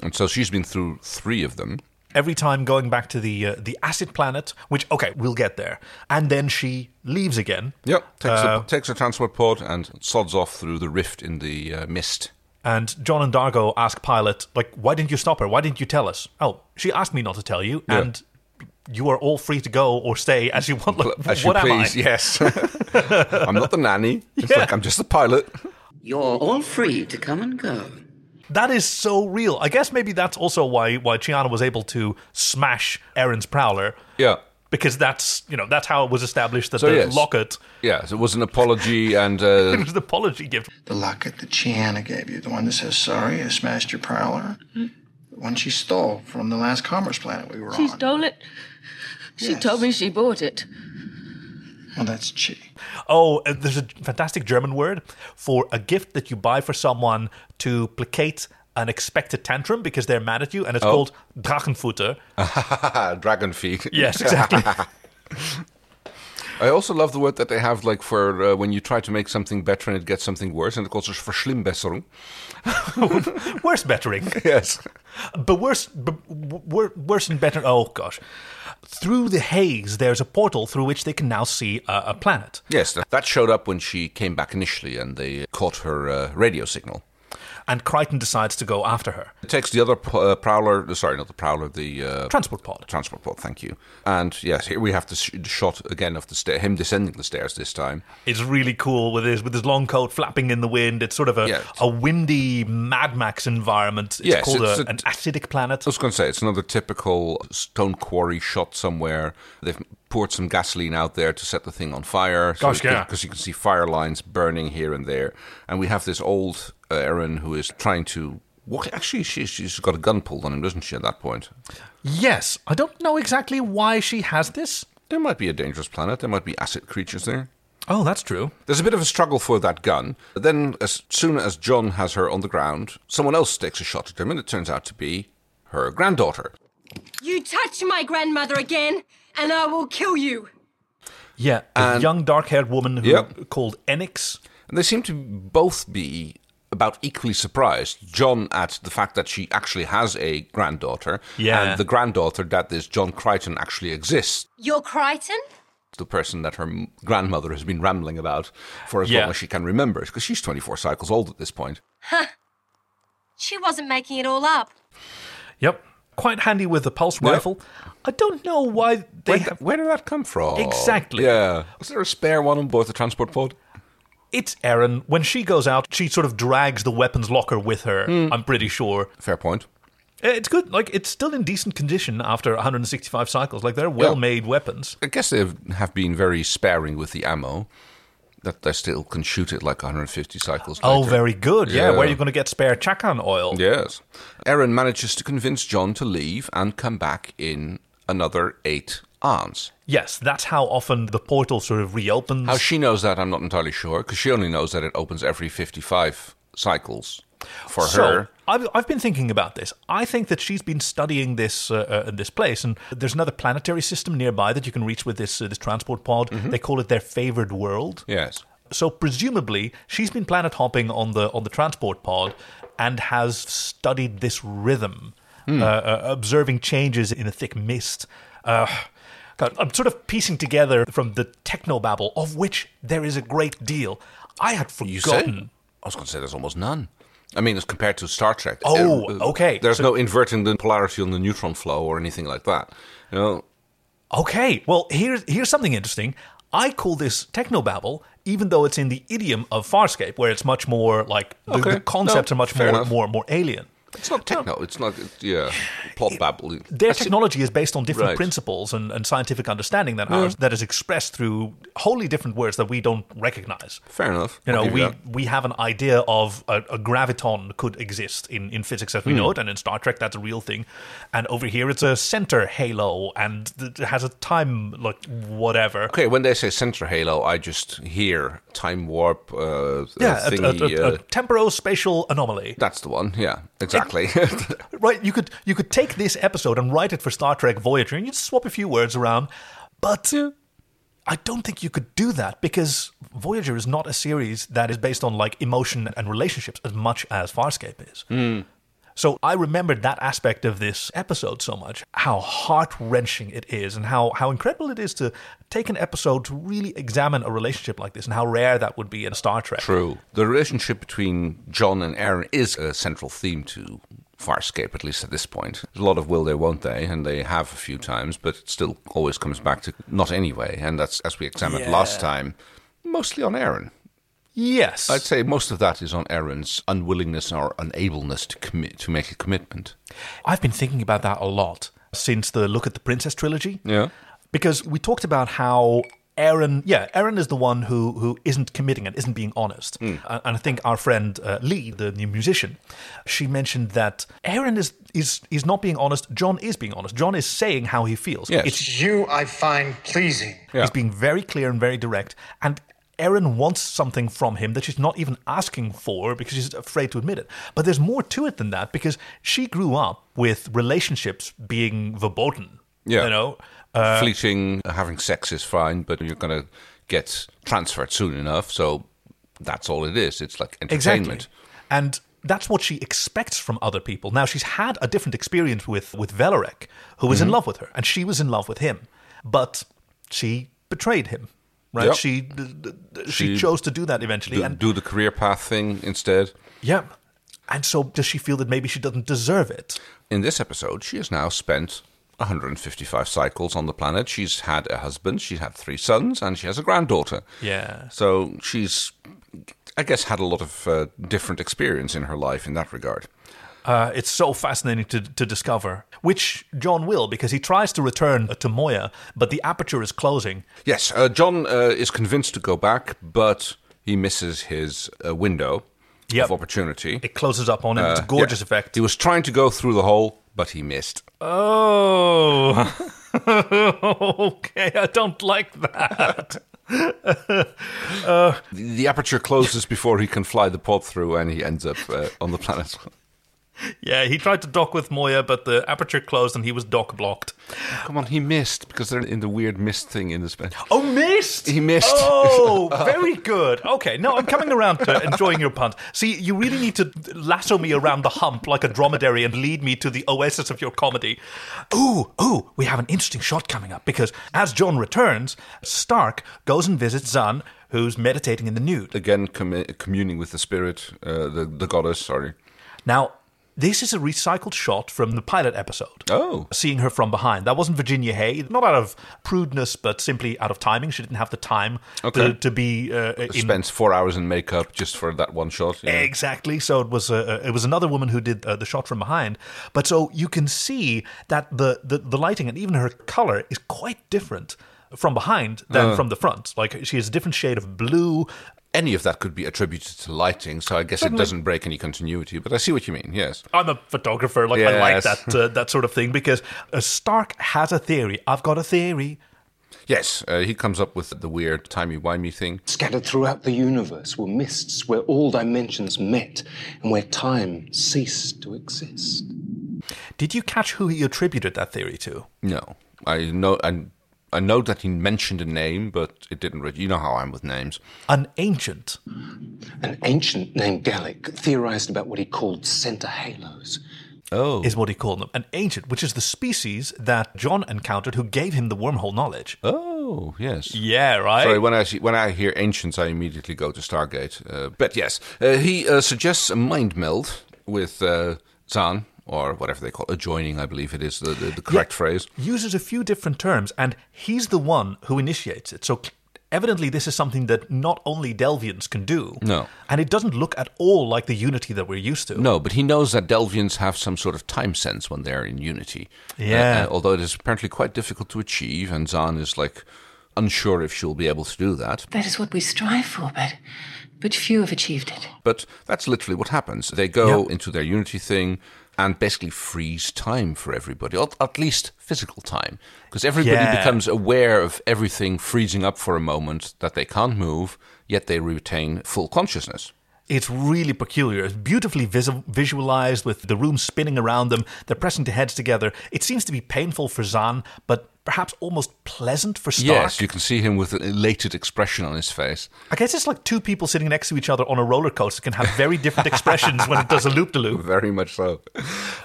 Speaker 1: And so she's been through three of them.
Speaker 2: Every time going back to the uh, the acid planet, which, okay, we'll get there. And then she leaves again.
Speaker 1: Yep. Takes,
Speaker 2: Uh,
Speaker 1: the, takes the transport pod and sods off through the rift in the uh, mist.
Speaker 2: And John and Dargo ask Pilot, like, why didn't you stop her? Why didn't you tell us? Oh, she asked me not to tell you.
Speaker 1: Yeah.
Speaker 2: And you are all free to go or stay as you want. Like,
Speaker 1: As
Speaker 2: what
Speaker 1: you
Speaker 2: am
Speaker 1: please,
Speaker 2: I?
Speaker 1: yes. (laughs) I'm not the nanny. It's like I'm just the pilot.
Speaker 9: You're all free to come and go.
Speaker 2: That is so real. I guess maybe that's also why why Chiana was able to smash Aaron's prowler
Speaker 1: Yeah.
Speaker 2: because that's you know that's how it was established that
Speaker 1: So,
Speaker 2: the
Speaker 1: yes.
Speaker 2: locket
Speaker 1: Yeah, so it was an apology and uh, (laughs)
Speaker 2: it was an apology gift.
Speaker 5: The locket that Chiana gave you, the one that says, Sorry, I smashed your prowler. The one she stole from the last commerce planet we were
Speaker 7: She
Speaker 5: on.
Speaker 7: stole it. She
Speaker 5: Yes.
Speaker 7: told me she bought it.
Speaker 5: Well, that's Chi.
Speaker 2: Oh, uh, there's a fantastic German word for a gift that you buy for someone to placate an expected tantrum because they're mad at you, and it's
Speaker 1: Oh.
Speaker 2: called
Speaker 1: (laughs)
Speaker 2: Drachenfutter.
Speaker 1: dragon feet.
Speaker 2: Yes, exactly.
Speaker 1: I also love the word that they have, like for uh, when you try to make something better and it gets something worse, and it calls it verslimbesserung.
Speaker 2: worse bettering,
Speaker 1: Yes.
Speaker 2: but worse, but wor- worse and better. Oh gosh. Through the haze, there's a portal through which they can now see a, a planet.
Speaker 1: Yes, that- that showed up when she came back initially, and they caught her uh, radio signal.
Speaker 2: and Crichton decides to go after her.
Speaker 1: It takes the other p- uh, prowler, sorry, not the prowler, the uh,
Speaker 2: Transport pod.
Speaker 1: transport pod. Thank you. And yes, here we have the, sh- the shot again of the stair, him descending the stairs this time.
Speaker 2: It's really cool with his with his long coat flapping in the wind. It's sort of a,
Speaker 1: Yeah.
Speaker 2: a windy Mad Max environment. It's
Speaker 1: Yes,
Speaker 2: called
Speaker 1: it's
Speaker 2: a,
Speaker 1: a-
Speaker 2: an acidic planet.
Speaker 1: I was going to say it's another typical stone quarry shot somewhere. They've poured some gasoline out there to set the thing on fire.
Speaker 2: Gosh, yeah.
Speaker 1: Because you can see fire lines burning here and there, and we have this old uh, Erin who is trying to. Walk. Actually, she, she's got a gun pulled on him, doesn't she? At that point,
Speaker 2: Yes, I don't know exactly why she has this.
Speaker 1: there might be a dangerous planet. There might be acid creatures there.
Speaker 2: Oh, that's true.
Speaker 1: There's a bit of a struggle for that gun. Then, as soon as John has her on the ground, someone else takes a shot at him, and it turns out to be her granddaughter.
Speaker 11: You touch my grandmother again, and I will kill you.
Speaker 2: Yeah, a
Speaker 1: And-
Speaker 2: young dark-haired woman who
Speaker 1: Yep.
Speaker 2: called Enix.
Speaker 1: And they seem to both be about equally surprised. John at the fact that she actually has a granddaughter,
Speaker 2: Yeah.
Speaker 1: and the granddaughter that this John Crichton actually exists.
Speaker 11: You're Crichton?
Speaker 1: The person that her m- grandmother has been rambling about for as
Speaker 2: Yeah.
Speaker 1: long as she can remember, because she's 24 cycles old at this point.
Speaker 11: Huh. She wasn't making it all up.
Speaker 2: Yep. Quite handy with the pulse rifle. I don't know why they.
Speaker 1: Where, th- where did that come from?
Speaker 2: Exactly.
Speaker 1: Yeah. Was there a spare one on board the transport pod?
Speaker 2: It's Erin. When she goes out, she sort of drags the weapons locker with her, I'm pretty sure. Eh,
Speaker 1: Fair point.
Speaker 2: It's good. Like, it's still in decent condition after 165 cycles. Like, they're well made weapons.
Speaker 1: I guess they have been very sparing with the ammo. That they still can shoot it like 150 cycles.
Speaker 2: Oh,
Speaker 1: later.
Speaker 2: very good. Yeah, where are
Speaker 1: Yeah.
Speaker 2: you going to get spare chakan oil?
Speaker 1: Yes. Aaron manages to convince John to leave and come back in another eight arms.
Speaker 2: Yes, that's how often the portal sort of reopens.
Speaker 1: How she knows that, I'm not entirely sure, because she only knows that it opens every 55 cycles for
Speaker 2: so,
Speaker 1: her.
Speaker 2: I've, I've been thinking about this. I think that she's been studying this uh, uh, this place, and there's another planetary system nearby that you can reach with this uh, this transport pod.
Speaker 1: Mm-hmm.
Speaker 2: They call it their favored world.
Speaker 1: Yes.
Speaker 2: So presumably, she's been planet hopping on the on the transport pod, and has studied this rhythm,
Speaker 1: Hmm.
Speaker 2: uh, uh, observing changes in a thick mist. Uh, God, I'm sort of piecing together from the technobabble, of which there is a great deal. I had
Speaker 1: You
Speaker 2: forgotten.
Speaker 1: said? I was going to say there's almost none. I mean, as compared to Star Trek.
Speaker 2: Oh,
Speaker 1: Uh, uh,
Speaker 2: okay.
Speaker 1: There's
Speaker 2: So-
Speaker 1: no inverting the polarity on the neutron flow or anything like that. You know,
Speaker 2: Okay, well here's here's something interesting. I call this technobabble, even though it's in the idiom of Farscape, where it's much more like the,
Speaker 1: Okay,
Speaker 2: the concepts
Speaker 1: no,
Speaker 2: are much
Speaker 1: fair
Speaker 2: more,
Speaker 1: enough.
Speaker 2: more more alien.
Speaker 1: it's not techno. It's not, it's,
Speaker 2: (sighs)
Speaker 1: yeah, plot babble.
Speaker 2: Their
Speaker 1: That's it.
Speaker 2: technology is based on different
Speaker 1: Right.
Speaker 2: principles and, and scientific understanding than ours that is expressed through wholly different words that we don't recognize.
Speaker 1: Fair enough.
Speaker 2: You
Speaker 1: I'll
Speaker 2: know,
Speaker 1: give
Speaker 2: we,
Speaker 1: that.
Speaker 2: we have an idea of a, a graviton could exist in, in physics as we
Speaker 1: Hmm.
Speaker 2: know it, and in Star Trek that's a real thing. And over here it's a center halo and th- it has a time like whatever.
Speaker 1: Okay, when they say center halo, I just hear time warp. Uh,
Speaker 2: yeah, a,
Speaker 1: thingy,
Speaker 2: a, a,
Speaker 1: uh,
Speaker 2: a temporospatial anomaly.
Speaker 1: that's the one. Yeah, exactly. (laughs)
Speaker 2: Right, you could you could take this episode and write it for Star Trek Voyager, and you'd swap a few words around. But I don't think you could do that because Voyager is not a series that is based on like emotion and relationships as much as Farscape is. So I remembered that aspect of this episode so much, how heart wrenching it is, and how, how incredible it is to take an episode to really examine a relationship like this, and how rare that would be in Star Trek.
Speaker 1: True. The relationship between John and Aaron is a central theme to Farscape, at least at this point. There's a lot of will they, won't they, and they have a few times, but it still always comes back to not anyway. And that's, as we examined last time, mostly on Aaron.
Speaker 2: Yes.
Speaker 1: I'd say most of that is on Aaron's unwillingness or unableness to commit to make a commitment.
Speaker 2: I've been thinking about that a lot since the Look at the Princess trilogy.
Speaker 1: Yeah.
Speaker 2: Because we talked about how Aaron, yeah, Aaron is the one who, who isn't committing and isn't being honest.
Speaker 1: Hmm.
Speaker 2: And- And I think our friend uh, Lee, the new musician, she mentioned that Aaron is, is, is not being honest. John is being honest. John is saying how he feels.
Speaker 1: Yes.
Speaker 2: It's,
Speaker 8: You I find pleasing.
Speaker 1: Yeah.
Speaker 2: He's being very clear and very direct. And Erin wants something from him that she's not even asking for because she's afraid to admit it. But there's more to it than that because she grew up with relationships being verboten.
Speaker 1: Yeah.
Speaker 2: You know? Uh,
Speaker 1: Fleeting, having sex is fine, but you're going to get transferred soon enough. So that's all it is. It's like entertainment.
Speaker 2: And that's what she expects from other people. Now she's had a different experience with with Velarek, who was
Speaker 1: Mm-hmm.
Speaker 2: in love with her, and she was in love with him, but she betrayed him. Right?
Speaker 1: Yep.
Speaker 2: She, d- d- d- she
Speaker 1: She
Speaker 2: chose to do that eventually,
Speaker 1: Do,
Speaker 2: and
Speaker 1: do the career path thing instead.
Speaker 2: yeah. And so does she feel that maybe she doesn't deserve it?
Speaker 1: In this episode, she has now spent 155 cycles on the planet. She's had a husband, she's had three sons, and she has a granddaughter.
Speaker 2: Yeah.
Speaker 1: So she's, I guess, had a lot of uh, different experience in her life in that regard.
Speaker 2: Uh, it's so fascinating to, to discover, which John will because he tries to return to Moya, but the aperture is closing.
Speaker 1: Yes, uh, John uh, is convinced to go back, but he misses his uh, window
Speaker 2: Yep.
Speaker 1: of opportunity.
Speaker 2: It closes up on him. it's a
Speaker 1: Uh,
Speaker 2: gorgeous
Speaker 1: yeah.
Speaker 2: effect.
Speaker 1: He was trying to go through the hole, but he missed.
Speaker 2: (laughs) Oh. okay, I don't like that. (laughs) Uh,
Speaker 1: The the aperture closes before he can fly the pod through, and he ends up uh, on the planet.
Speaker 2: Yeah, he tried to dock with Moya, but the aperture closed and he was dock blocked.
Speaker 1: Come on, he missed because they're in the weird mist thing in the space.
Speaker 2: Oh, missed!
Speaker 1: He missed.
Speaker 2: Oh,
Speaker 1: (laughs)
Speaker 2: very good. Okay, no, I'm coming around to enjoying your punt. See, you really need to lasso me around the hump like a dromedary and lead me to the oasis of your comedy. Ooh, ooh, we have an interesting shot coming up because as John returns, Stark goes and visits Zan, who's meditating in the nude.
Speaker 1: Again, commu- communing with the spirit, uh, the the goddess. Sorry.
Speaker 2: Now, this is a recycled shot from the pilot episode.
Speaker 1: Oh.
Speaker 2: Seeing her from behind. That wasn't Virginia Hay, not out of prudeness, but simply out of timing. She didn't have the time
Speaker 1: Okay.
Speaker 2: to, to be uh, in.
Speaker 1: Spends four hours in makeup just for that one shot. yeah.
Speaker 2: Exactly. So it was uh, it was another woman who did uh, the shot from behind. But so you can see that the, the the lighting and even her color is quite different from behind than
Speaker 1: Uh.
Speaker 2: from the front. Like she has a different shade of blue.
Speaker 1: Any of that could be attributed to lighting, so I guess
Speaker 2: Certainly.
Speaker 1: it doesn't break any continuity. But I see what you mean. Yes.
Speaker 2: I'm a photographer. Like I like
Speaker 1: Yes.
Speaker 2: that uh, that sort of thing because uh, Stark has a theory. I've got a theory.
Speaker 1: Yes, uh, he comes up with the weird timey-wimey thing.
Speaker 6: Scattered throughout the universe were mists where all dimensions met and where time ceased to exist.
Speaker 2: Did you catch who he attributed that theory to?
Speaker 1: No, I know. I, I know that he mentioned a name, but it didn't. Re- you know how I'm with names.
Speaker 2: An ancient.
Speaker 6: An ancient named Gallic theorized about what he called center halos.
Speaker 1: Oh,
Speaker 2: Is what he called them. An ancient, which is the species that John encountered who gave him the wormhole knowledge.
Speaker 1: oh, yes.
Speaker 2: Yeah, right?
Speaker 1: Sorry, when I see, when I hear ancients, I immediately go to Stargate. Uh, but yes, uh, he uh, suggests a mind meld with uh, Zan or whatever they call it, adjoining. I believe it is the the, the correct
Speaker 2: Yeah.
Speaker 1: phrase.
Speaker 2: Uses a few different terms, and he's the one who initiates it. So evidently, this is something that not only Delvians can do.
Speaker 1: No.
Speaker 2: And it doesn't look at all like the unity that we're used to.
Speaker 1: No, but he knows that Delvians have some sort of time sense when they're in unity.
Speaker 2: Yeah.
Speaker 1: Uh, uh, although it is apparently quite difficult to achieve, and Zan is like unsure if she'll be able to do that.
Speaker 10: That is what we strive for, but but few have achieved it.
Speaker 1: But that's literally what happens. They go
Speaker 2: Yeah.
Speaker 1: into their unity thing and basically freeze time for everybody, or at least physical time, because everybody
Speaker 2: Yeah.
Speaker 1: becomes aware of everything freezing up for a moment that they can't move, yet they retain full consciousness.
Speaker 2: It's really peculiar. It's beautifully vis- visualized with the room spinning around them. They're pressing their heads together. It seems to be painful for Zan, but perhaps almost pleasant for Stark.
Speaker 1: Yes, you can see him with an elated expression on his face. (laughs)
Speaker 2: I guess it's like two people sitting next to each other on a roller coaster can have very
Speaker 1: (laughs)
Speaker 2: different expressions when it does a loop de loop.
Speaker 1: Very much so.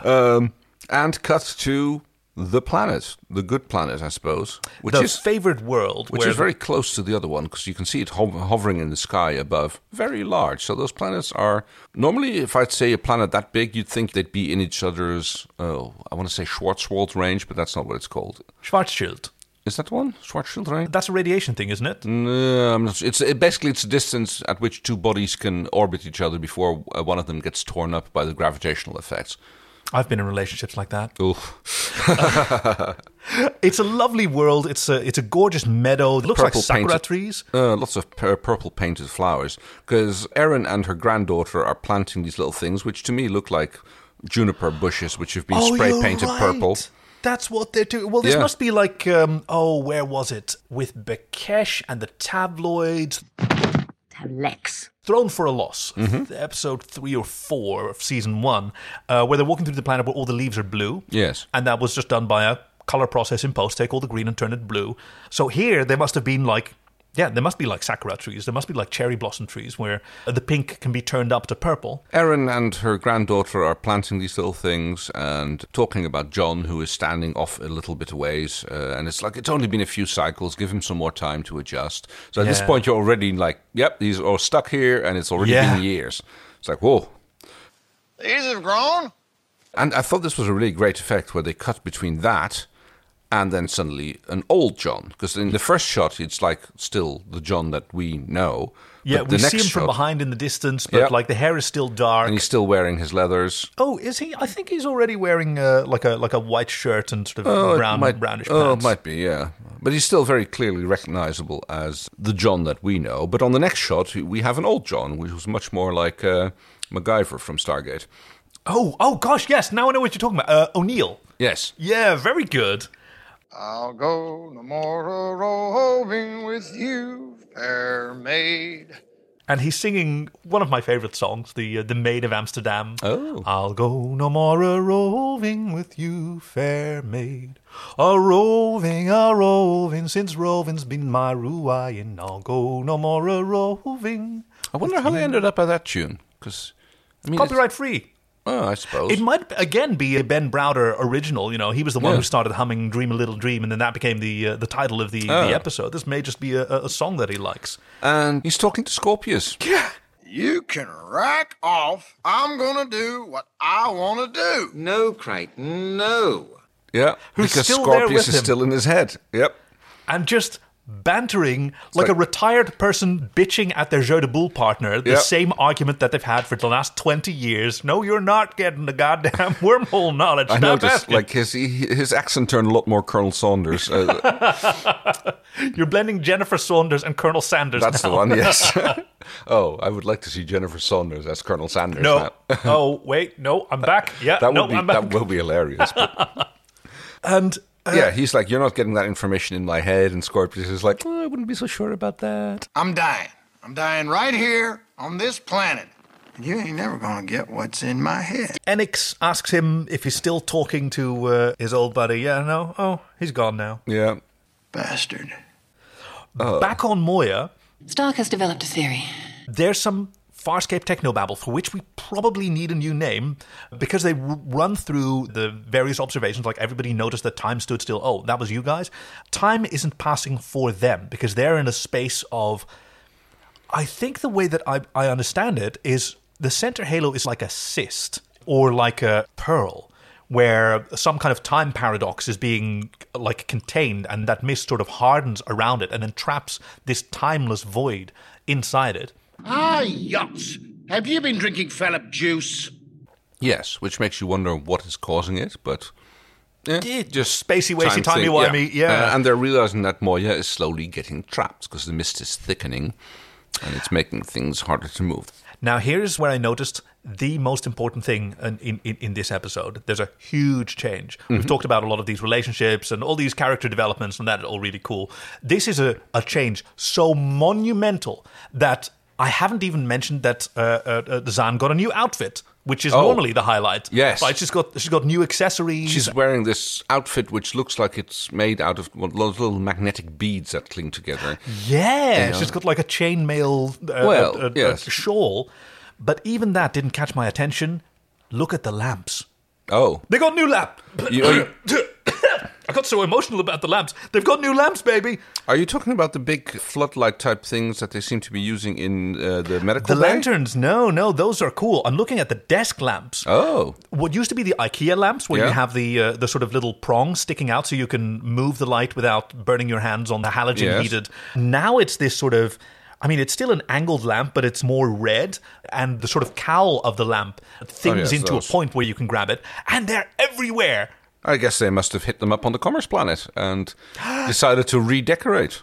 Speaker 1: Um, and cut to the planet, the good planet, I suppose, which
Speaker 2: The
Speaker 1: is
Speaker 2: favorite world,
Speaker 1: which
Speaker 2: where
Speaker 1: is very close to the other one because you can see it ho- hovering in the sky above, very large. So those planets are normally, if I'd say a planet that big, you'd think they'd be in each other's. Oh, I want to say Schwarzschild range, but that's not what it's called.
Speaker 2: Schwarzschild.
Speaker 1: Is that the one Schwarzschild range?
Speaker 2: That's a radiation thing, isn't it?
Speaker 1: No, I'm not, su- it's it, basically it's a distance at which two bodies can orbit each other before uh, one of them gets torn up by the gravitational effects.
Speaker 2: I've been in relationships like that.
Speaker 1: Oof.
Speaker 2: (laughs) It's a lovely world. It's a it's a gorgeous meadow. It looks like sakura
Speaker 1: painted-
Speaker 2: trees.
Speaker 1: Uh, lots of pur- purple painted flowers. Because Erin and her granddaughter are planting these little things, which to me look like juniper bushes, which have been spray
Speaker 2: Oh, you're
Speaker 1: painted
Speaker 2: right.
Speaker 1: purple.
Speaker 2: That's what they're doing. Well, this
Speaker 1: Yeah.
Speaker 2: must be like, um, oh, where was it? With Bekesh and the tabloids.
Speaker 10: Lex.
Speaker 2: Thrown for a Loss,
Speaker 1: Mm-hmm.
Speaker 2: episode three or four of season one, uh, where they're walking through the planet where all the leaves are blue.
Speaker 1: Yes.
Speaker 2: And that was just done by a color process in post, take all the green and turn it blue. So here they must have been like, yeah, they must be like sakura trees. There must be like cherry blossom trees where the pink can be turned up to purple.
Speaker 1: Erin and her granddaughter are planting these little things and talking about John, who is standing off a little bit ways. Uh, and it's like, it's only been a few cycles. Give him some more time to adjust. So at this
Speaker 2: Yeah.
Speaker 1: point, you're already like, yep, he's all stuck here, and it's already
Speaker 2: Yeah.
Speaker 1: been years. It's like, whoa,
Speaker 8: These have grown.
Speaker 1: And I thought this was a really great effect where they cut between that and then suddenly an old John. Because in the first shot, it's like still the John that we know.
Speaker 2: Yeah,
Speaker 1: but
Speaker 2: we
Speaker 1: the
Speaker 2: see him
Speaker 1: next
Speaker 2: from
Speaker 1: shot-
Speaker 2: behind in the distance, but
Speaker 1: Yeah.
Speaker 2: like the hair is still dark.
Speaker 1: And he's still wearing his leathers.
Speaker 2: Oh, is he? I think he's already wearing uh, like a like a white shirt and sort of
Speaker 1: Oh,
Speaker 2: brown
Speaker 1: might,
Speaker 2: brownish
Speaker 1: oh, it
Speaker 2: pants.
Speaker 1: might be, yeah. But he's still very clearly recognizable as the John that we know. But on the next shot, we have an old John, which was much more like uh, MacGyver from Stargate.
Speaker 2: Oh, oh gosh, yes. Now I know what you're talking about. Uh, O'Neill.
Speaker 1: Yes.
Speaker 2: Yeah, very good.
Speaker 8: I'll go no more a roving with you, fair maid.
Speaker 2: And he's singing one of my favorite songs, the uh, the Maid of Amsterdam.
Speaker 1: Oh.
Speaker 2: I'll go no more a roving with you, fair maid. A roving, a roving, since roving's been my ruin. I'll go no more a roving.
Speaker 1: I wonder how they ended up at that tune, because I mean, it's-
Speaker 2: Copyright free.
Speaker 1: Oh, I suppose.
Speaker 2: It might again be a Ben Browder original. You know, he was the one
Speaker 1: Yeah.
Speaker 2: who started humming "Dream a Little Dream," and then that became the uh, the title of the,
Speaker 1: Oh.
Speaker 2: the episode. This may just be a, a a song that he likes.
Speaker 1: and he's talking to Scorpius.
Speaker 8: You can rack off. I'm gonna do what I wanna do.
Speaker 12: No, Crichton, no.
Speaker 1: Yeah,
Speaker 2: Who's
Speaker 1: because
Speaker 2: still there
Speaker 1: Scorpius
Speaker 2: with
Speaker 1: is
Speaker 2: him.
Speaker 1: still in his head. Yep.
Speaker 2: and just bantering like,
Speaker 1: like-
Speaker 2: a retired person bitching at their jeu de boule partner the
Speaker 1: Yep.
Speaker 2: same argument that they've had for the last 20 years no you're not getting the goddamn (laughs) wormhole knowledge
Speaker 1: I
Speaker 2: Stop
Speaker 1: noticed,
Speaker 2: asking.
Speaker 1: like his he, his accent turned a lot more Colonel Saunders.
Speaker 2: (laughs)
Speaker 1: Uh,
Speaker 2: you're blending jennifer saunders and colonel sanders
Speaker 1: that's the
Speaker 2: now.
Speaker 1: one,
Speaker 2: (laughs)
Speaker 1: yes. oh, I would like to see Jennifer Saunders as Colonel Sanders.
Speaker 2: no
Speaker 1: (laughs) now.
Speaker 2: oh wait no i'm back yeah
Speaker 1: that would
Speaker 2: no
Speaker 1: be
Speaker 2: i'm back
Speaker 1: that will be hilarious.
Speaker 2: (laughs)
Speaker 1: but-
Speaker 2: and uh,
Speaker 1: yeah, he's like, you're not getting that information in my head, and Scorpius is like, "Oh, I wouldn't be so sure about that.
Speaker 8: I'm dying. I'm dying right here on this planet.
Speaker 5: You ain't never gonna get what's in my head.
Speaker 2: enix asks him if he's still talking to uh, his old buddy yeah no oh he's gone now
Speaker 1: Yeah.
Speaker 5: Bastard.
Speaker 1: Oh.
Speaker 2: back on moya
Speaker 10: Stark has developed a theory.
Speaker 2: there's some Farscape Technobabble for which we probably need a new name because they r- run through the various observations. Like everybody noticed that time stood still. Oh, that was you guys. Time isn't passing for them because they're in a space of. I think the way that I, I understand it is the center halo is like a cyst or like a pearl where some kind of time paradox is being like contained and that mist sort of hardens around it and then traps this timeless void inside it.
Speaker 13: Ah, yucks. Have you been drinking fallop juice?
Speaker 1: Yes, which makes you wonder what is causing it, but
Speaker 2: Yeah, just spacey, wacy,
Speaker 1: time
Speaker 2: timey,
Speaker 1: thing,
Speaker 2: wimey. Yeah.
Speaker 1: Uh, and they're realizing that Moya is slowly getting trapped because the mist is thickening and it's making things harder to move.
Speaker 2: now, here's where I noticed the most important thing in, in, in- in this episode. There's a huge change.
Speaker 1: Mm-hmm.
Speaker 2: We've talked about a lot of these relationships and all these character developments, and that all really cool. This is a, a change so monumental that I haven't even mentioned that uh, uh, uh, Zan got a new outfit, which is
Speaker 1: Oh.
Speaker 2: normally the highlight.
Speaker 1: Yes.
Speaker 2: Right? She's got, she's got new accessories.
Speaker 1: She's wearing this outfit which looks like it's made out of one of those little magnetic beads that cling together.
Speaker 2: Yeah,
Speaker 1: You know?
Speaker 2: she's got like a chainmail uh,
Speaker 1: Well,
Speaker 2: uh, uh,
Speaker 1: yes.
Speaker 2: shawl. But even that didn't catch my attention. Look at the lamps.
Speaker 1: Oh.
Speaker 2: They got new lamp.
Speaker 1: You- are, you,
Speaker 2: (coughs) I got so emotional about the lamps. They've got new lamps, baby.
Speaker 1: are you talking about the big floodlight type things that they seem to be using in uh, the medical
Speaker 2: The
Speaker 1: bay?
Speaker 2: lanterns, no, no, those are cool. I'm looking at the desk lamps.
Speaker 1: Oh.
Speaker 2: What used to be the IKEA lamps, where you
Speaker 1: Yeah.
Speaker 2: have the uh, the sort of little prong sticking out, so you can move the light without burning your hands on the halogen
Speaker 1: Yes.
Speaker 2: heated. Now it's this sort of. I mean, it's still an angled lamp, but it's more red, and the sort of cowl of the lamp thins
Speaker 1: Oh, yes,
Speaker 2: into
Speaker 1: those.
Speaker 2: a point where you can grab it, and they're everywhere.
Speaker 1: I guess they must have hit them up on the commerce planet and (gasps) decided to redecorate.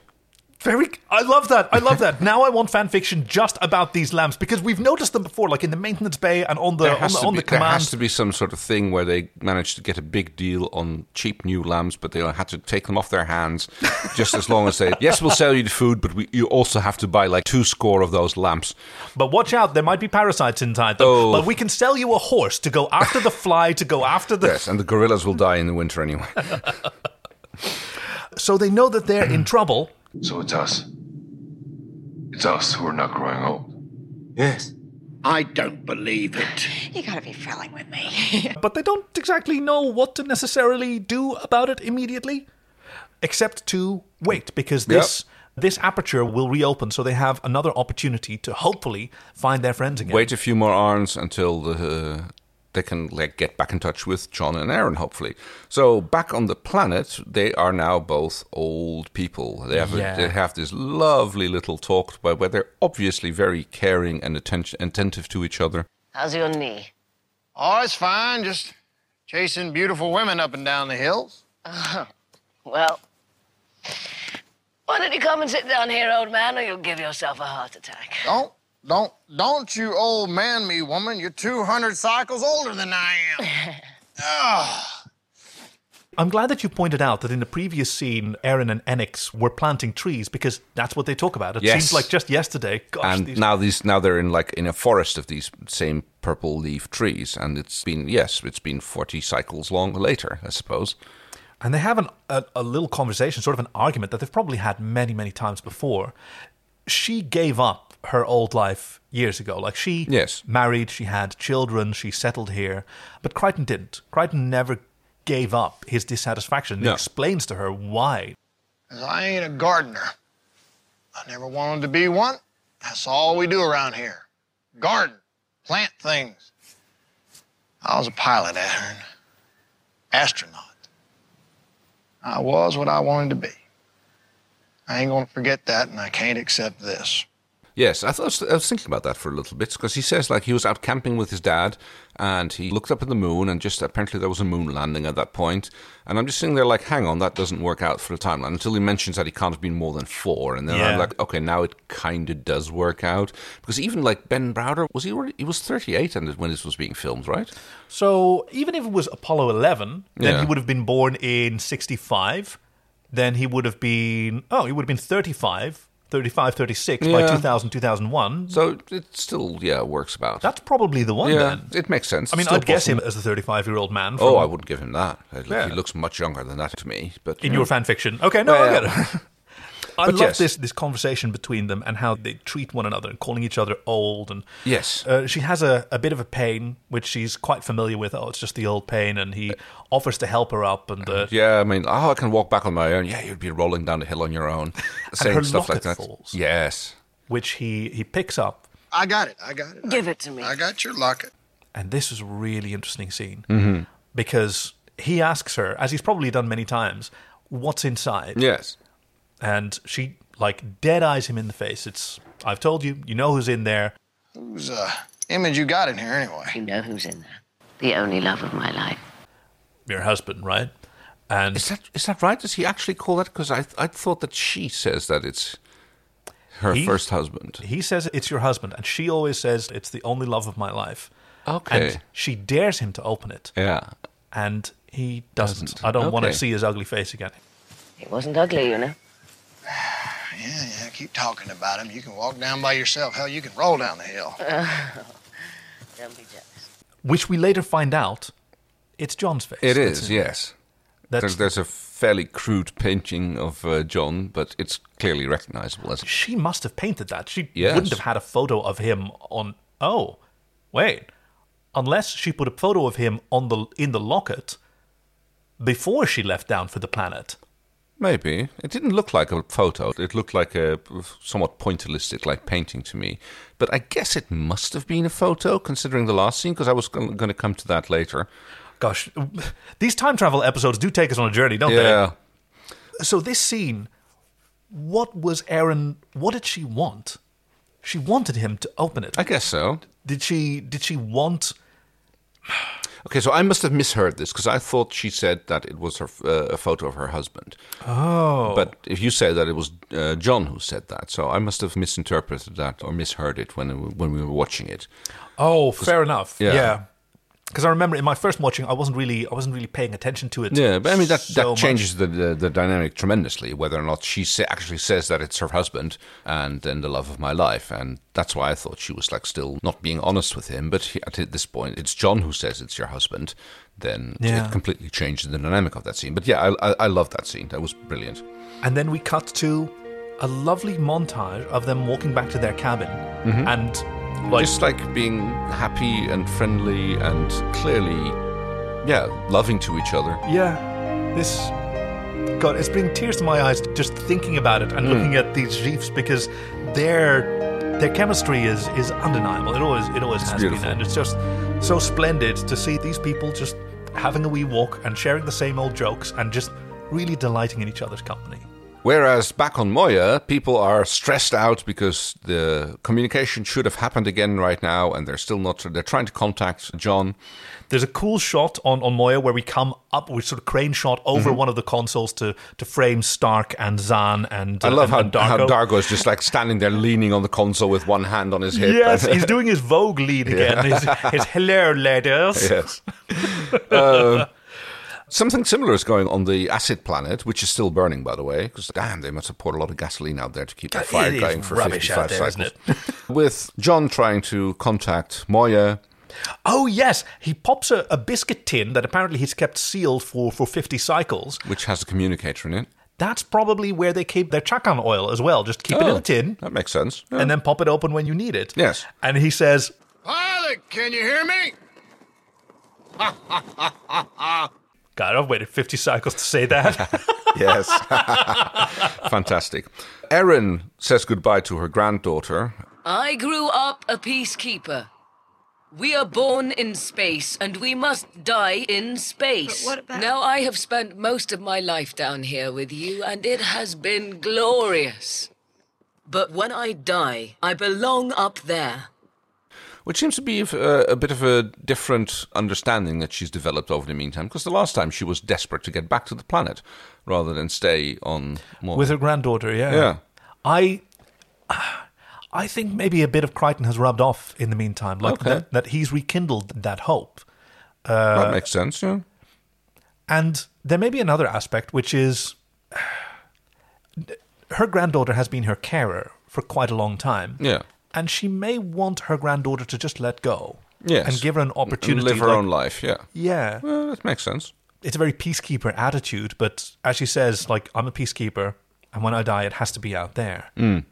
Speaker 2: Very, I love that. I love that. now I want fan fiction just about these lamps because we've noticed them before, like in the maintenance bay and on the
Speaker 1: There
Speaker 2: on
Speaker 1: has,
Speaker 2: the,
Speaker 1: to
Speaker 2: on
Speaker 1: be,
Speaker 2: the
Speaker 1: there
Speaker 2: command.
Speaker 1: has to be some sort of thing where they managed to get a big deal on cheap new lamps, but they had to take them off their hands just as long as they, yes, we'll sell you the food, but we, you also have to buy like two score of those lamps.
Speaker 2: But watch out, there might be parasites inside them.
Speaker 1: Oh.
Speaker 2: But we can sell you a horse to go after the fly, to go after the.
Speaker 1: Yes, and the gorillas will die in the winter anyway.
Speaker 2: So they know that
Speaker 1: (clears throat)
Speaker 2: they're in trouble.
Speaker 14: So it's us. It's us who are not growing old.
Speaker 12: Yes.
Speaker 13: I don't believe it.
Speaker 4: You gotta be frilling with me.
Speaker 2: But they don't exactly know what to necessarily do about it immediately, except to wait
Speaker 1: Yep.
Speaker 2: because this this aperture will reopen, so they have another opportunity to hopefully find their friends again.
Speaker 1: Wait a few more arms until the, uh, they can like get back in touch with John and Aaron, hopefully. So back on the planet, they are now both old people. They have
Speaker 2: Yeah.
Speaker 1: a, they have this lovely little talk where, where they're obviously very caring and attention, attentive to each other.
Speaker 10: How's your knee?
Speaker 8: Oh, it's fine, just chasing beautiful women up and down the hills.
Speaker 10: Well, why don't you come and sit down here, old man, or you'll give yourself a heart attack?
Speaker 8: Don't, don't, don't you old man me, woman. You're 200 cycles older than I am. Ugh.
Speaker 2: I'm glad that you pointed out that in the previous scene, Aaron and Enix were planting trees because that's what they talk about. It
Speaker 1: Yes.
Speaker 2: seems like just yesterday. Gosh,
Speaker 1: and
Speaker 2: these
Speaker 1: now these now they're in like in a forest of these same purple leaf trees, and it's been yes, it's been forty cycles long later, I suppose.
Speaker 2: And they have an, a, a little conversation, sort of an argument that they've probably had many, many times before. She gave up her old life years ago. Like she
Speaker 1: Yes.
Speaker 2: married, she had children, she settled here. But Crichton didn't. Crichton never gave up his dissatisfaction. He
Speaker 8: No.
Speaker 2: explains to her why.
Speaker 8: 'Cause I ain't a gardener. I never wanted to be one. That's all we do around here garden, plant things. I was a pilot, Aaron. Astronaut. I was what I wanted to be. I ain't gonna forget that, and I can't accept this.
Speaker 1: Yes, I, thought, I was thinking about that for a little bit because he says like he was out camping with his dad and he looked up at the moon and just apparently there was a moon landing at that point. And I'm just sitting there like, hang on, that doesn't work out for the timeline until he mentions that he can't have been more than four. And then
Speaker 2: Yeah.
Speaker 1: I'm like, okay, now it kind of does work out because even like Ben Browder was he already, he was 38 and when this was being filmed, right?
Speaker 2: So even if it was Apollo 11, then
Speaker 1: Yeah.
Speaker 2: he would have been born in 65. Then he would have been, oh, he would have been 35, 35, 36 by
Speaker 1: Yeah.
Speaker 2: 2000, 2001.
Speaker 1: So it still yeah works about.
Speaker 2: That's probably the one
Speaker 1: yeah,
Speaker 2: then.
Speaker 1: it makes sense.
Speaker 2: I mean,
Speaker 1: Still
Speaker 2: I'd guess him
Speaker 1: possible.
Speaker 2: as a 35 year old man.
Speaker 1: Oh,
Speaker 2: from-
Speaker 1: I wouldn't give him that. Like,
Speaker 2: Yeah.
Speaker 1: He looks much younger than that to me. But
Speaker 2: In your fan fiction. Okay, no, I
Speaker 1: Well,
Speaker 2: get it. (laughs) I
Speaker 1: But
Speaker 2: love
Speaker 1: yes.
Speaker 2: this, this conversation between them and how they treat one another and calling each other old. And
Speaker 1: Yes.
Speaker 2: uh, she has a, a bit of a pain, which she's quite familiar with. Oh, it's just the old pain. And he offers to help her up. And, uh,
Speaker 1: Uh, Yeah, I mean, oh, I can walk back on my own. Yeah, you'd be rolling down the hill on your
Speaker 2: (laughs)
Speaker 1: own, saying
Speaker 2: her
Speaker 1: stuff like that.
Speaker 2: locket falls.
Speaker 1: Yes,
Speaker 2: which he, he picks up.
Speaker 8: I got it. I got it. Give it to me. I got your locket.
Speaker 2: And this is a really interesting scene
Speaker 1: Mhm.
Speaker 2: because he asks her, as he's probably done many times, what's inside?
Speaker 1: yes.
Speaker 2: and she like dead eyes him in the face. It's I've told you, you know who's in there.
Speaker 8: Whose uh, image you got in here, anyway? You know who's in there.
Speaker 10: The only love of my life.
Speaker 2: Your husband, right? And
Speaker 1: is that is that right? Does he actually call that? Because I I thought that she says that it's her
Speaker 2: He-
Speaker 1: first husband.
Speaker 2: He says it's your husband, and she always says it's the only love of my life.
Speaker 1: Okay.
Speaker 2: And she dares him to open it,
Speaker 1: Yeah,
Speaker 2: and he doesn't. I don't want to
Speaker 1: Okay.
Speaker 2: see his ugly face again.
Speaker 10: It wasn't ugly, you know.
Speaker 8: Yeah, yeah. Keep talking about him. You can walk down by yourself. Hell, you can roll down the hill.
Speaker 10: Don't be jealous.
Speaker 2: Which we later find out, it's John's face.
Speaker 1: it
Speaker 2: that's
Speaker 1: is.
Speaker 2: in
Speaker 1: Yes,
Speaker 2: That's-
Speaker 1: there's, there's a fairly crude painting of uh, John, but it's clearly recognizable as
Speaker 2: She must have painted that. She
Speaker 1: Yes.
Speaker 2: wouldn't have had a photo of him on. Oh, wait. Unless she put a photo of him on the in the locket before she left down for the planet.
Speaker 1: Maybe it didn't look like a photo. It looked like a somewhat pointillistic, like painting to me. But I guess it must have been a photo, considering the last scene, because I was going to come to that later.
Speaker 2: Gosh, (laughs) these time travel episodes do take us on a journey, don't
Speaker 1: Yeah.
Speaker 2: they? So this scene, what was Aaron? What did she want? She wanted him to open it.
Speaker 1: I guess so.
Speaker 2: Did she? Did she want?
Speaker 1: Okay, so I must have misheard this because I thought she said that it was her, uh, a photo of her husband.
Speaker 2: Oh,
Speaker 1: But if you say that it was uh, John who said that, so I must have misinterpreted that or misheard it when when we were watching it.
Speaker 2: Oh, fair enough.
Speaker 1: yeah.
Speaker 2: Yeah. Because I remember in my first watching, I wasn't really, I wasn't really paying attention to it.
Speaker 1: Yeah, but I mean that
Speaker 2: so
Speaker 1: that
Speaker 2: much.
Speaker 1: changes the, the the dynamic tremendously. Whether or not she sa- actually says that it's her husband and then the love of my life, and that's why I thought she was like still not being honest with him. But he, at this point, it's John who says it's your husband. Then
Speaker 2: Yeah.
Speaker 1: it completely changes the dynamic of that scene. But yeah, I I, I love that scene. That was brilliant.
Speaker 2: And then we cut to a lovely montage of them walking back to their cabin,
Speaker 1: Mhm.
Speaker 2: and like,
Speaker 1: Just like being happy and friendly and clearly, yeah, loving to each other.
Speaker 2: yeah, this. God, it's bringing tears to my eyes just thinking about it and
Speaker 1: Mm.
Speaker 2: looking at these reefs because their their chemistry is is undeniable. It always it always has
Speaker 1: beautiful.
Speaker 2: been, and it's just so splendid to see these people just having a wee walk and sharing the same old jokes and just really delighting in each other's company.
Speaker 1: Whereas back on Moya, people are stressed out because the communication should have happened again right now, and they're still not. They're trying to contact John.
Speaker 2: There's a cool shot on, on Moya where we come up, we sort of crane shot over
Speaker 1: Mm-hmm.
Speaker 2: one of the consoles to, to frame Stark and Zan and
Speaker 1: I love how,
Speaker 2: and, and
Speaker 1: how
Speaker 2: Darko.
Speaker 1: Dargo is just like standing there, leaning on the console with one hand on his hip. (laughs)
Speaker 2: Yes, he's doing his Vogue lead again.
Speaker 1: Yeah.
Speaker 2: His, his hello, ladies.
Speaker 1: Yes. Um, Something similar is going on the acid planet, which is still burning, by the way, because damn, they must have poured a lot of gasoline out there to keep that
Speaker 2: It
Speaker 1: fire
Speaker 2: is
Speaker 1: going for
Speaker 2: rubbish
Speaker 1: 55
Speaker 2: out there,
Speaker 1: cycles.
Speaker 2: isn't it?
Speaker 1: (laughs) With John trying to contact Moya.
Speaker 2: Oh yes, he pops a, a biscuit tin that apparently he's kept sealed for for 50 cycles.
Speaker 1: Which has a communicator in it.
Speaker 2: That's probably where they keep their chakan oil as well. Just keep it in
Speaker 1: Oh,
Speaker 2: a tin.
Speaker 1: That makes sense.
Speaker 2: and then pop it open when you need it.
Speaker 1: Yes.
Speaker 2: And he says,
Speaker 13: Pilot, can you hear me? Ha ha ha ha ha.
Speaker 2: God, I've waited 50 cycles to say
Speaker 1: (laughs)
Speaker 2: that.
Speaker 1: yes. Fantastic. Erin says goodbye to her granddaughter.
Speaker 9: I grew up a peacekeeper. We are born in space and we must die in space.
Speaker 7: But what about-
Speaker 9: Now, I have spent most of my life down here with you and it has been glorious. But when I die, I belong up there.
Speaker 1: Which seems to be uh, a bit of a different understanding that she's developed over the meantime, because the last time she was desperate to get back to the planet rather than stay on more.
Speaker 2: With her granddaughter, yeah.
Speaker 1: Yeah.
Speaker 2: I (sighs) I think maybe a bit of Crichton has rubbed off in the meantime, like
Speaker 1: Okay.
Speaker 2: that, that he's rekindled that hope.
Speaker 1: that
Speaker 2: Uh,
Speaker 1: makes sense, yeah.
Speaker 2: And there may be another aspect, which is her granddaughter has been her carer for quite a long time.
Speaker 1: Yeah.
Speaker 2: And she may want her granddaughter to just let go.
Speaker 1: Yes.
Speaker 2: And give her an opportunity.
Speaker 1: Live her
Speaker 2: like-
Speaker 1: own life, yeah.
Speaker 2: Yeah.
Speaker 1: Well, that makes sense.
Speaker 2: It's a very peacekeeper attitude, but as she says, like, I'm a peacekeeper, and when I die, it has to be out there.
Speaker 1: Mm.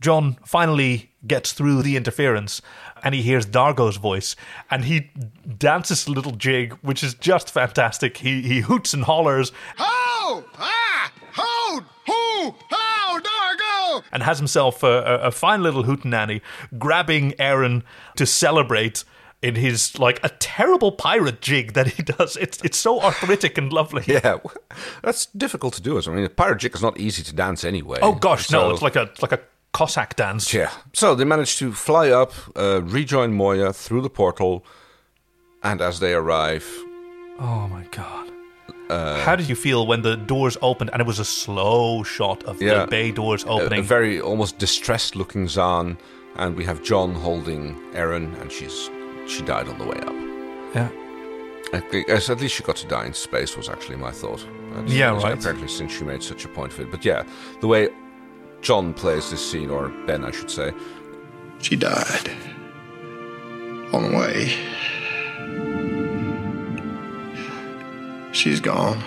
Speaker 2: John finally gets through the interference and he hears Dargo's voice and he dances a little jig, which is just fantastic. He, he hoots and hollers
Speaker 13: Ho! Ah! Ho! Hoo! How! Dargo!
Speaker 2: and has himself a, a, a fine little hootenanny, grabbing Aaron to celebrate in his like a terrible pirate jig that he (laughs) does. It's it's so arthritic and lovely.
Speaker 1: Yeah, (laughs) that's difficult to do. As I mean, pirate jig is not easy to dance anyway.
Speaker 2: Oh gosh, no!
Speaker 1: So-
Speaker 2: It's like a it's like a Cossack dance.
Speaker 1: Yeah. So they manage to fly up, uh, rejoin Moya through the portal, and as they arrive,
Speaker 2: Oh my god.
Speaker 1: uh,
Speaker 2: How did you feel when the doors opened and it was a slow shot of
Speaker 1: Yeah.
Speaker 2: the bay doors
Speaker 1: uh, a-
Speaker 2: opening?
Speaker 1: A, very almost distressed-looking Zahn, and we have John holding Erin, and she's she died on the way up.
Speaker 2: Yeah.
Speaker 1: I think, yes, at least she got to die in space was actually my thought. And
Speaker 2: Yeah, right.
Speaker 1: Apparently, since she made such a point of it, but yeah, the way John plays this scene, or Ben, I should say,
Speaker 5: She died. On the way. She's gone.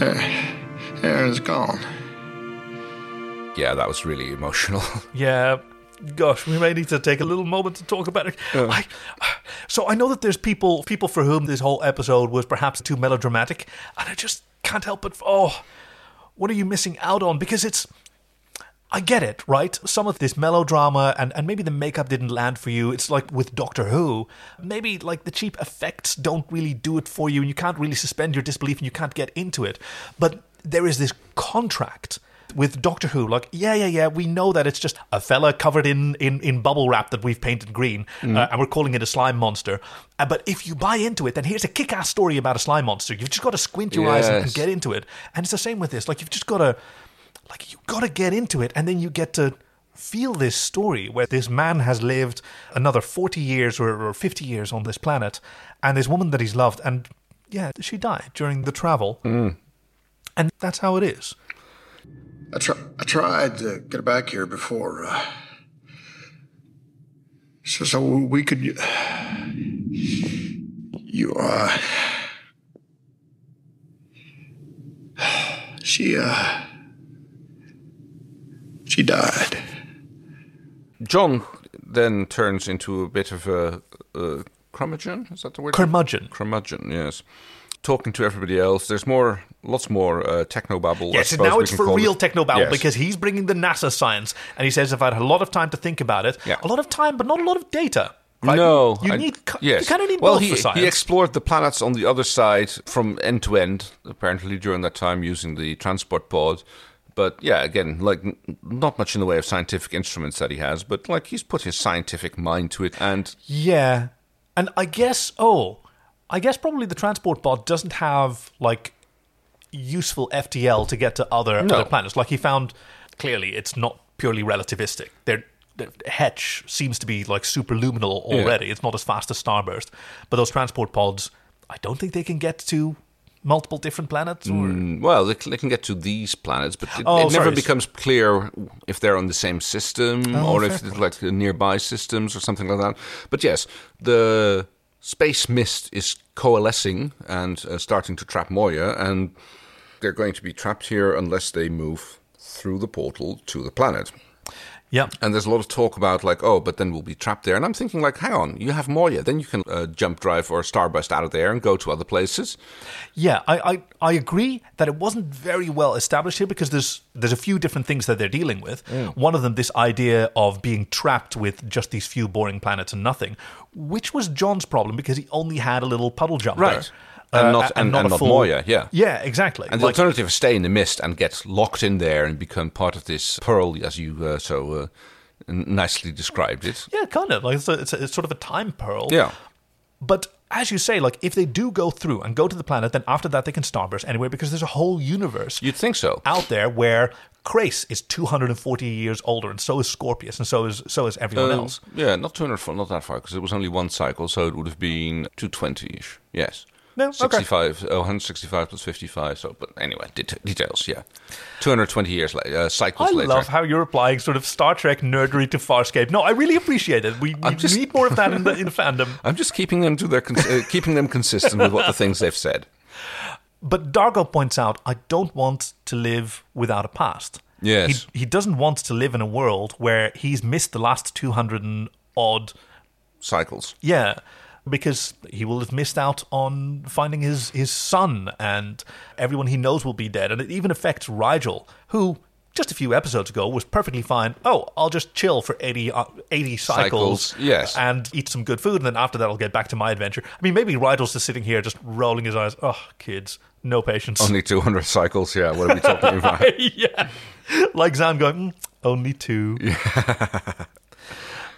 Speaker 5: Aaron- Aaron's gone.
Speaker 1: yeah, that was really emotional. (laughs)
Speaker 2: Yeah. Gosh, we may need to take a little moment to talk about it. I, so I know that there's people people for whom this whole episode was perhaps too melodramatic, and I just can't help but oh, what are you missing out on? Because it's I get it, right? Some of this melodrama and, and maybe the makeup didn't land for you. It's like with Doctor Who. Maybe like the cheap effects don't really do it for you and you can't really suspend your disbelief and you can't get into it. But there is this contract with Doctor Who, like, yeah, yeah, yeah, we know that it's just a fella covered in, in, in bubble wrap that we've painted green,
Speaker 15: Mm.
Speaker 2: uh, and we're calling it a slime monster. Uh, but if you buy into it, then here's a kick ass story about a slime monster. You've just got to squint your eyes and- and
Speaker 1: Yes.
Speaker 2: get into it. And it's the same with this. Like, you've just got to got to get into it and then you get to feel this story where this man has lived another 40 years or, or 50 years on this planet and this woman that he's loved and yeah she died during the travel
Speaker 1: Mm.
Speaker 2: and that's how it is
Speaker 5: I, tr- I tried to get her back here before. Uh, so, so we could. You, uh. She, uh. She died.
Speaker 1: John then turns into a bit of a, a curmudgeon. Is that the word?
Speaker 2: Curmudgeon.
Speaker 1: Curmudgeon. Yes. Talking to everybody else. There's more, lots more uh, techno babble. I
Speaker 2: yes and
Speaker 1: suppose
Speaker 2: now
Speaker 1: we
Speaker 2: it's
Speaker 1: can
Speaker 2: for
Speaker 1: call
Speaker 2: real
Speaker 1: it.
Speaker 2: techno babble
Speaker 1: Yes.
Speaker 2: because he's bringing the nasa science and he says i've had a lot of time to think about it a lot of time but not a lot of data right?
Speaker 1: No,
Speaker 2: you
Speaker 1: I-
Speaker 2: need cu-
Speaker 1: yes.
Speaker 2: you kind of need
Speaker 1: well,
Speaker 2: both
Speaker 1: he,
Speaker 2: for science
Speaker 1: he explored the planets on the other side from end to end, apparently during that time using the transport pod. But yeah, again, like n- not much in the way of scientific instruments that he has, but like he's put his scientific mind to it, and
Speaker 2: Yeah. And I guess, oh, I guess probably the transport pod doesn't have, like, useful FTL to get to other,
Speaker 1: No.
Speaker 2: other planets. Like, he found clearly it's not purely relativistic. They're. the Hetch seems to be like superluminal
Speaker 1: Yeah.
Speaker 2: already. It's not as fast as Starburst, but those transport pods, I don't think they can get to multiple different planets. Or...
Speaker 1: Mm, well, they, c- they can get to these planets, but it,
Speaker 2: Oh,
Speaker 1: it never
Speaker 2: sorry.
Speaker 1: becomes clear if they're on the same system
Speaker 2: Oh,
Speaker 1: or
Speaker 2: fair
Speaker 1: if it's like the nearby systems or something like that. But yes, the space mist is coalescing and uh, starting to trap Moya, and they're going to be trapped here unless they move through the portal to the planet.
Speaker 2: Yeah.
Speaker 1: And there's a lot of talk about like, oh, but then we'll be trapped there. And I'm thinking like, hang on, you have Moya, then you can uh, jump drive or starburst out of there and go to other places.
Speaker 2: Yeah, I, I, I agree that it wasn't very well established here because there's there's a few different things that they're dealing with.
Speaker 1: Mm.
Speaker 2: One of them, this idea of being trapped with just these few boring planets and nothing, which was John's problem because he only had a little puddle jumper,
Speaker 1: Right. And
Speaker 2: Uh,
Speaker 1: not- and- and
Speaker 2: a
Speaker 1: not
Speaker 2: full-
Speaker 1: Moya, yeah.
Speaker 2: yeah, exactly.
Speaker 1: And the
Speaker 2: Like-
Speaker 1: alternative is stay in the mist and get locked in there and become part of this pearl, as you uh, so uh, n- nicely described it.
Speaker 2: yeah, kind of like it's, a, it's, a, it's sort of a time pearl.
Speaker 1: Yeah.
Speaker 2: But as you say, like if they do go through and go to the planet, then after that they can starburst anywhere because there's a whole universe.
Speaker 1: You'd think so.
Speaker 2: Out there where Krace is 240 years older, and so is Scorpius, and so is so is everyone
Speaker 1: Uh,
Speaker 2: else.
Speaker 1: Yeah, not 200, fo- not that far, because it was only one cycle, so it would have been 220 ish. Yes.
Speaker 2: No, okay.
Speaker 1: 65, oh, 165 plus 55. So, but anyway, det- details, yeah. 220 years later, uh, cycles
Speaker 2: I
Speaker 1: later.
Speaker 2: love how you're applying sort of Star Trek nerdery to Farscape. No, I really appreciate it. We, we need more of that in the, in the fandom.
Speaker 1: I'm just keeping them to their cons- uh, keeping them consistent with what the things they've said.
Speaker 2: But Dargo points out, I don't want to live without a past.
Speaker 1: Yes.
Speaker 2: He, he doesn't want to live in a world where he's missed the last 200 and odd
Speaker 1: cycles.
Speaker 2: Yeah, because he will have missed out on finding his, his son, and everyone he knows will be dead. And it even affects Rigel, who just a few episodes ago was perfectly fine. Oh, I'll just chill for 80, uh, 80 cycles,
Speaker 1: Cycles, yes.
Speaker 2: and eat some good food, and then after that I'll get back to my adventure. I mean, maybe Rigel's just sitting here just rolling his eyes. Oh, kids, no patience.
Speaker 1: Only 200 cycles, yeah. What are we talking about?
Speaker 2: (laughs) yeah. Like Zan going, "Mm, only two.
Speaker 1: (laughs)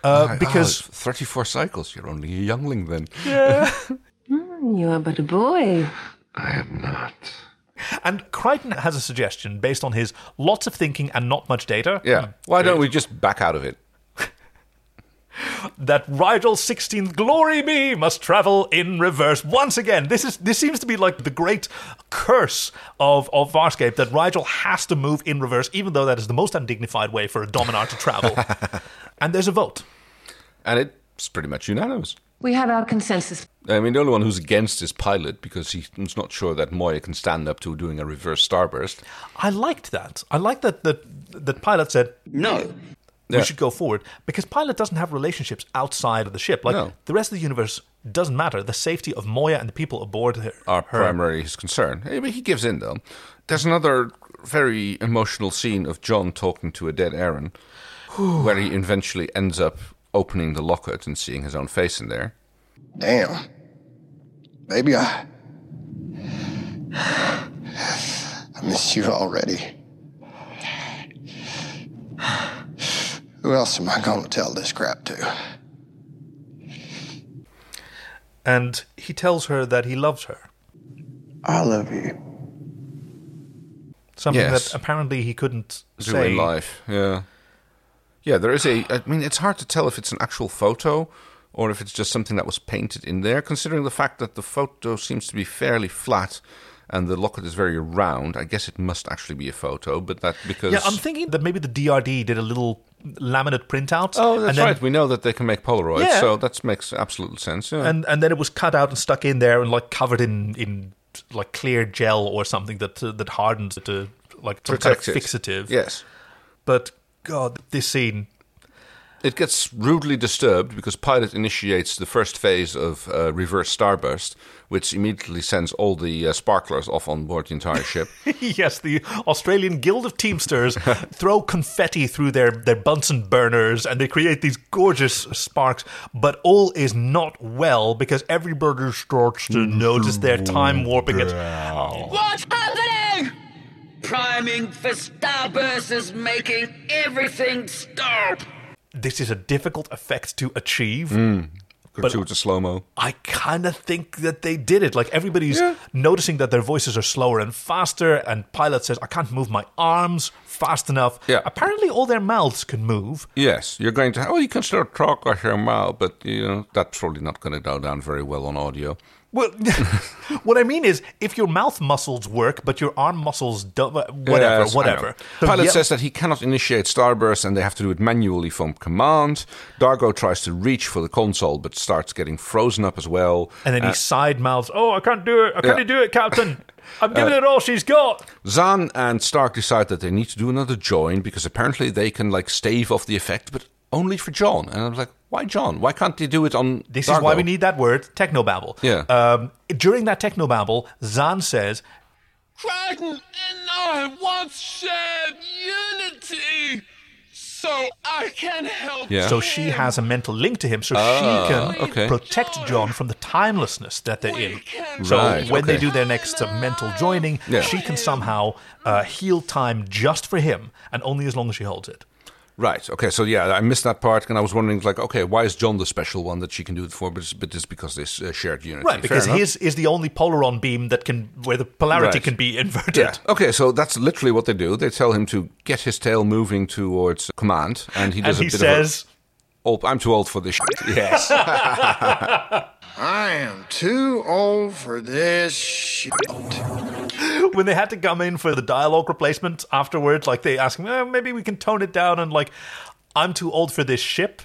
Speaker 2: Uh,
Speaker 1: oh,
Speaker 2: because
Speaker 1: 34 cycles, you're only a youngling then.
Speaker 2: Yeah.
Speaker 15: you are but a boy.
Speaker 2: And Crichton has a suggestion based on his lots of thinking and not much data.
Speaker 1: Yeah. Why don't we just back out of it?
Speaker 2: That Rigel's 16th glory be must travel in reverse. Once again, this is this seems to be like the great curse of, of Varscape that Rigel has to move in reverse, even though that is the most undignified way for a Dominar to travel. and there's a vote.
Speaker 1: And it's pretty much unanimous.
Speaker 15: We have our consensus.
Speaker 1: I mean, the only one who's against is Pilot because he's not sure that Moya can stand up to doing a reverse starburst.
Speaker 2: I liked that. I liked that that that pilot said no. We
Speaker 1: Yeah.
Speaker 2: should go forward because pilot doesn't have relationships outside of the ship. Like
Speaker 1: No.
Speaker 2: the rest of the universe doesn't matter. The safety of Moya and the people aboard her.
Speaker 1: Our
Speaker 2: her-
Speaker 1: primary his concern. Eh, But he gives in, though. There's another very emotional scene of John talking to a dead Aaron where he eventually ends up opening the locket and seeing his own face in there.
Speaker 5: Damn. Maybe I. I miss you already. Who else am I going to tell this crap to?
Speaker 2: and he tells her that he loves her.
Speaker 5: I love you.
Speaker 2: Something
Speaker 1: Yes.
Speaker 2: that apparently he couldn't
Speaker 1: do
Speaker 2: say.
Speaker 1: in life. Yeah, yeah. There is a. I mean, it's hard to tell if it's an actual photo or if it's just something that was painted in there. Considering the fact that the photo seems to be fairly flat and the locket is very round, I guess it must actually be a photo. But that because
Speaker 2: Yeah, I'm thinking that maybe the DRD did a little laminate printout.
Speaker 1: oh, that's
Speaker 2: and then,
Speaker 1: right. We know that they can make Polaroids,
Speaker 2: Yeah.
Speaker 1: so that makes absolute sense. Yeah.
Speaker 2: And and then it was cut out and stuck in there and like covered in in like clear gel or something that uh, that hardens it to like some
Speaker 1: Protect it.
Speaker 2: kind of fixative.
Speaker 1: Yes.
Speaker 2: But God, this scene. (laughs)
Speaker 1: It gets rudely disturbed because Pilot initiates the first phase of uh, reverse starburst, which immediately sends all the uh, sparklers off on board the entire ship.
Speaker 2: yes, the Australian Guild of
Speaker 1: (laughs)
Speaker 2: Teamsters throw confetti through their, their Bunsen burners and they create these gorgeous sparks, but all is not well because everybody starts to
Speaker 1: Mm.
Speaker 2: notice their time warping it.
Speaker 16: What's happening? Priming for Starburst is making everything stop.
Speaker 2: This is a difficult effect to achieve.
Speaker 1: Mm. Gratuitous slow mo.
Speaker 2: I kind of think that they did it. Like everybody's noticing that their voices are slower and faster, and Pilot says, I can't move my arms fast enough.
Speaker 1: Yeah.
Speaker 2: Apparently, all their mouths can move.
Speaker 1: Yes, you're going to. Oh, you can still talk with your mouth, but you know that's probably not going to go down very well on audio.
Speaker 2: Well, (laughs) what I mean is, if your mouth muscles work, but your arm muscles don't, uh, whatever,
Speaker 1: Yes, I know.
Speaker 2: whatever.
Speaker 1: The pilot
Speaker 2: Yep.
Speaker 1: says that he cannot initiate starburst and they have to do it manually from command. Dargo tries to reach for the console but starts getting frozen up as well.
Speaker 2: and then
Speaker 1: Uh,
Speaker 2: he side mouths, "Oh, I can't do it! I
Speaker 1: Yeah.
Speaker 2: can't do it, Captain! I'm
Speaker 1: (laughs)
Speaker 2: giving
Speaker 1: Uh,
Speaker 2: it all she's got."
Speaker 1: Zahn and Stark decide that they need to do another join because apparently they can like stave off the effect, but only for John. And I was like, why John? Why can't they do it on?
Speaker 2: This is why we need that word, technobabble.
Speaker 1: Yeah.
Speaker 2: Um, during that technobabble, Zahn says,
Speaker 13: Crichton and I once shared unity, so I can help.
Speaker 2: So she has a mental link to him, so
Speaker 1: Ah,
Speaker 2: she can
Speaker 1: okay.
Speaker 2: protect John from the timelessness that they're in. So
Speaker 1: Right,
Speaker 2: when they
Speaker 1: okay.
Speaker 2: do their next uh, mental joining,
Speaker 1: Yeah.
Speaker 2: she can somehow uh, heal time just for him, and only as long as she holds it.
Speaker 1: Right. Okay. So yeah, I missed that part, and I was wondering like, okay, why is John the special one that she can do it for? But it's, but it's because this uh, shared unity,
Speaker 2: Right, because
Speaker 1: Fair enough.
Speaker 2: his is the only polaron beam that can, where the polarity
Speaker 1: Right.
Speaker 2: can be inverted.
Speaker 1: Yeah. Okay, so that's literally what they do. They tell him to get his tail moving towards command, and he
Speaker 2: And
Speaker 1: does
Speaker 2: he
Speaker 1: a bit
Speaker 2: says- (laughs)
Speaker 1: of. A, oh, I'm too old for this. Shit. Yes.
Speaker 8: I am too old for this shit.
Speaker 2: when they had to come in for the dialogue replacement afterwards, like they asked him, "Eh, maybe we can tone it down and like, I'm too old for this ship.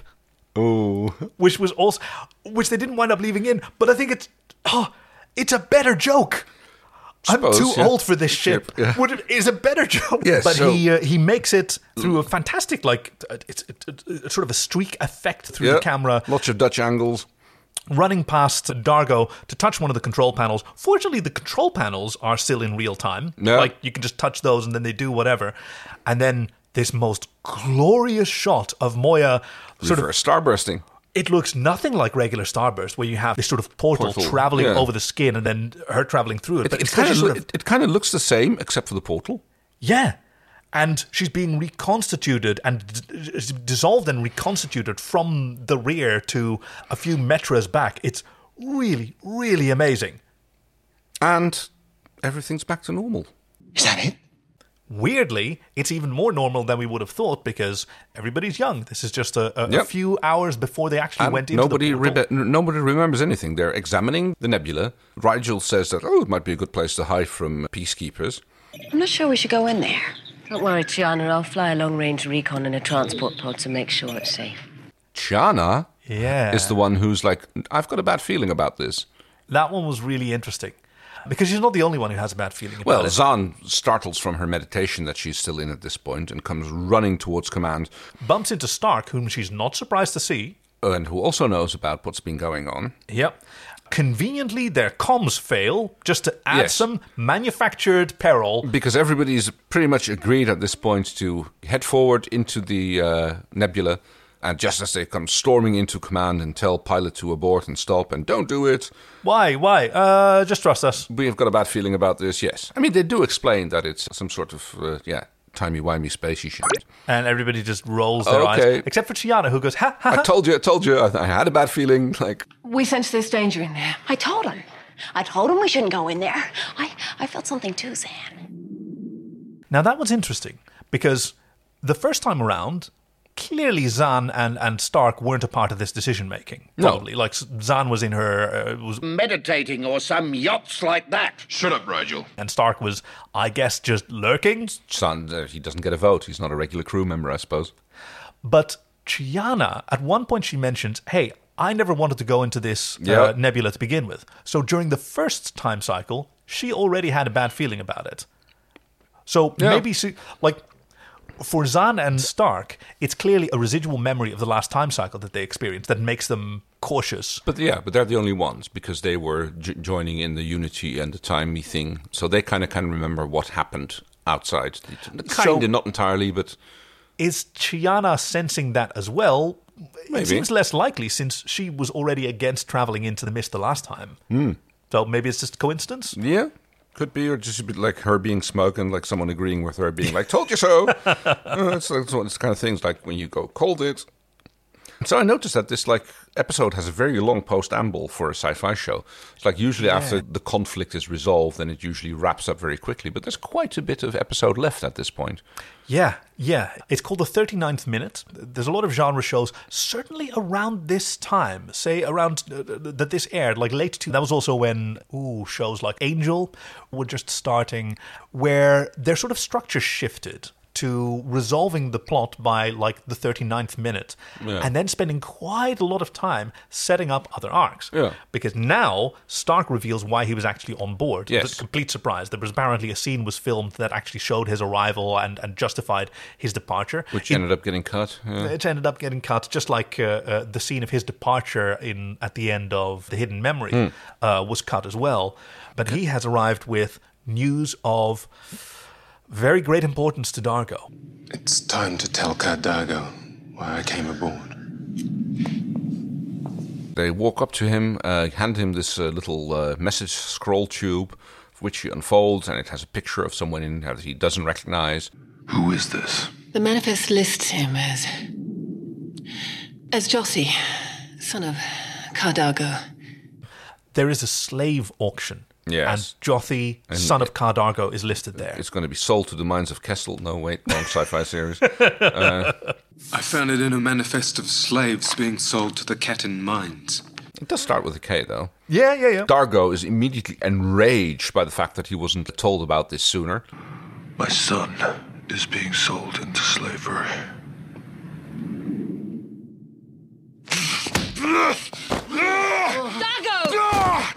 Speaker 1: Ooh.
Speaker 2: Which was also, which they didn't wind up leaving in, but I think it's, oh, it's a better joke.
Speaker 1: Suppose,
Speaker 2: I'm too
Speaker 1: yeah.
Speaker 2: old for this ship.
Speaker 1: yeah.
Speaker 2: Would, is a better (laughs) joke.
Speaker 1: Yes,
Speaker 2: but
Speaker 1: so-
Speaker 2: he uh, he makes it through a fantastic like uh, it's it, it, it's sort of a streak effect through
Speaker 1: Yeah.
Speaker 2: the camera.
Speaker 1: Lots of Dutch angles.
Speaker 2: Running past Dargo to touch one of the control panels. Fortunately, the control panels are still in real time.
Speaker 1: Yeah.
Speaker 2: Like you can just touch those and then they do whatever. And then this most glorious shot of Moya sort of
Speaker 1: Reverse starbursting.
Speaker 2: it looks nothing like regular starburst where you have this sort of portal,
Speaker 1: Portal,
Speaker 2: traveling
Speaker 1: yeah.
Speaker 2: over the skin and then her traveling through it.
Speaker 1: It,
Speaker 2: but
Speaker 1: it
Speaker 2: it's
Speaker 1: kind
Speaker 2: actually
Speaker 1: of
Speaker 2: sort
Speaker 1: lo-
Speaker 2: of
Speaker 1: it, it kind of looks the same except for the portal.
Speaker 2: yeah. And she's being reconstituted and d- d- dissolved and reconstituted from the rear to a few metras back. It's really, really amazing.
Speaker 1: And everything's back to normal.
Speaker 5: Is that it?
Speaker 2: Weirdly, it's even more normal than we would have thought because everybody's young. This is just a, a, a
Speaker 1: Yep.
Speaker 2: few hours before they actually
Speaker 1: And
Speaker 2: went into
Speaker 1: nobody
Speaker 2: the portal.
Speaker 1: rebe- n- nobody remembers anything. They're examining the nebula. Rigel says that oh, it might be a good place to hide from peacekeepers.
Speaker 10: I'm not sure we should go in there. Don't worry, Tiana. I'll fly a long range recon in a transport pod to make sure it's safe.
Speaker 1: Chana
Speaker 2: Yeah.
Speaker 1: is the one who's like, I've got a bad feeling about this.
Speaker 2: That one was really interesting because she's not the only one who has a bad feeling about
Speaker 1: Well,
Speaker 2: it.
Speaker 1: Zahn startles from her meditation that she's still in at this point and comes running towards command,
Speaker 2: Bumps into Stark, whom she's not surprised to see.
Speaker 1: and who also knows about what's been going on.
Speaker 2: Yep. Conveniently, their comms fail just to add
Speaker 1: Yes.
Speaker 2: some manufactured peril.
Speaker 1: Because everybody's pretty much agreed at this point to head forward into the uh, nebula, and just as they come storming into command and tell pilot to abort and stop and don't do it,
Speaker 2: Why? Why? Uh, just trust us.
Speaker 1: we've got a bad feeling about this. Yes, I mean they do explain that it's some sort of uh, yeah timey wimey spacey shit.
Speaker 2: And everybody just rolls their
Speaker 1: Okay.
Speaker 2: eyes, except for Tiana, who goes, "Ha ha!"
Speaker 1: I told you, I told you, I, I had a bad feeling. Like
Speaker 15: We sense there's danger in there.
Speaker 4: I told him. I told him we shouldn't go in there. I, I felt something too, Zan.
Speaker 2: Now that was interesting because the first time around, clearly Zan and, and Stark weren't a part of this decision making.
Speaker 16: No.
Speaker 2: Probably, like Zan was in her uh, was
Speaker 16: Meditating or some yachts like that.
Speaker 14: Shut up, Rigel.
Speaker 2: and Stark was, I guess, just lurking.
Speaker 1: son, uh, he doesn't get a vote. He's not a regular crew member, I suppose.
Speaker 2: But Chiana, at one point, she mentions, "Hey, I never wanted to go into this
Speaker 1: Yeah.
Speaker 2: uh, nebula to begin with." So during the first time cycle, she already had a bad feeling about it. So
Speaker 1: Yeah.
Speaker 2: maybe she like. For Zahn and Stark, it's clearly a residual memory of the last time cycle that they experienced that makes them cautious.
Speaker 1: But yeah, but they're the only ones because they were j- joining in the unity and the timey thing, so they kind of can remember what happened outside.
Speaker 2: So-
Speaker 1: Kind of, not entirely, but
Speaker 2: Is Chiana sensing that as well?
Speaker 1: Maybe.
Speaker 2: It seems less likely since she was already against traveling into the mist the last time.
Speaker 1: Hmm.
Speaker 2: So maybe it's just a coincidence?
Speaker 1: yeah, could be, or just a bit like her being smug and like someone agreeing with
Speaker 2: (laughs)
Speaker 1: her, being like, "Told you so." uh, it's, it's, it's kind of things like when you go cold it. So I noticed that this like episode has a very long post-amble for a sci-fi show. It's like usually
Speaker 2: Yeah.
Speaker 1: after the conflict is resolved, then it usually wraps up very quickly. But there's quite a bit of episode left at this point.
Speaker 2: Yeah, yeah. It's called the 39th minute. There's a lot of genre shows, certainly around this time, say around uh, that this aired, like late two. That was also when ooh shows like Angel were just starting, where their sort of structure shifted to resolving the plot by like the 39th minute
Speaker 1: Yeah.
Speaker 2: and then spending quite a lot of time setting up other arcs
Speaker 1: Yeah.
Speaker 2: because now stark reveals why he was actually on board It was
Speaker 1: Yes.
Speaker 2: a complete surprise there was apparently a scene was filmed that actually showed his arrival and, and justified his departure
Speaker 1: Which
Speaker 2: It-
Speaker 1: ended up getting cut. Uh, yeah.
Speaker 2: it ended up getting cut, just like uh, uh, the scene of his departure in at the end of the Hidden Memory
Speaker 1: Hmm.
Speaker 2: uh, was cut as well. But he has arrived with news of very great importance to Dargo.
Speaker 6: It's time to tell Cardago why I came aboard.
Speaker 1: They walk up to him, uh, hand him this uh, little uh, message scroll tube, which he unfolds, and it has a picture of someone in that he doesn't recognize.
Speaker 14: Who is this?
Speaker 15: The manifest lists him as. as Jossi, son of Cardago.
Speaker 2: There is a slave auction,
Speaker 1: Yes.
Speaker 2: and Jothi,
Speaker 1: And-
Speaker 2: son of Cardargo, is listed there.
Speaker 1: It's going to be sold to the mines of Kessel. No, wait, wrong
Speaker 12: (laughs)
Speaker 1: sci-fi series. Uh,
Speaker 12: I found it in a manifest of slaves being sold to the Caton mines.
Speaker 1: it does start with a K, though.
Speaker 2: Yeah, yeah, yeah.
Speaker 1: Dargo is immediately enraged by the fact that he wasn't told about this sooner.
Speaker 14: My son is being sold into slavery.
Speaker 7: Dago!
Speaker 13: Ah!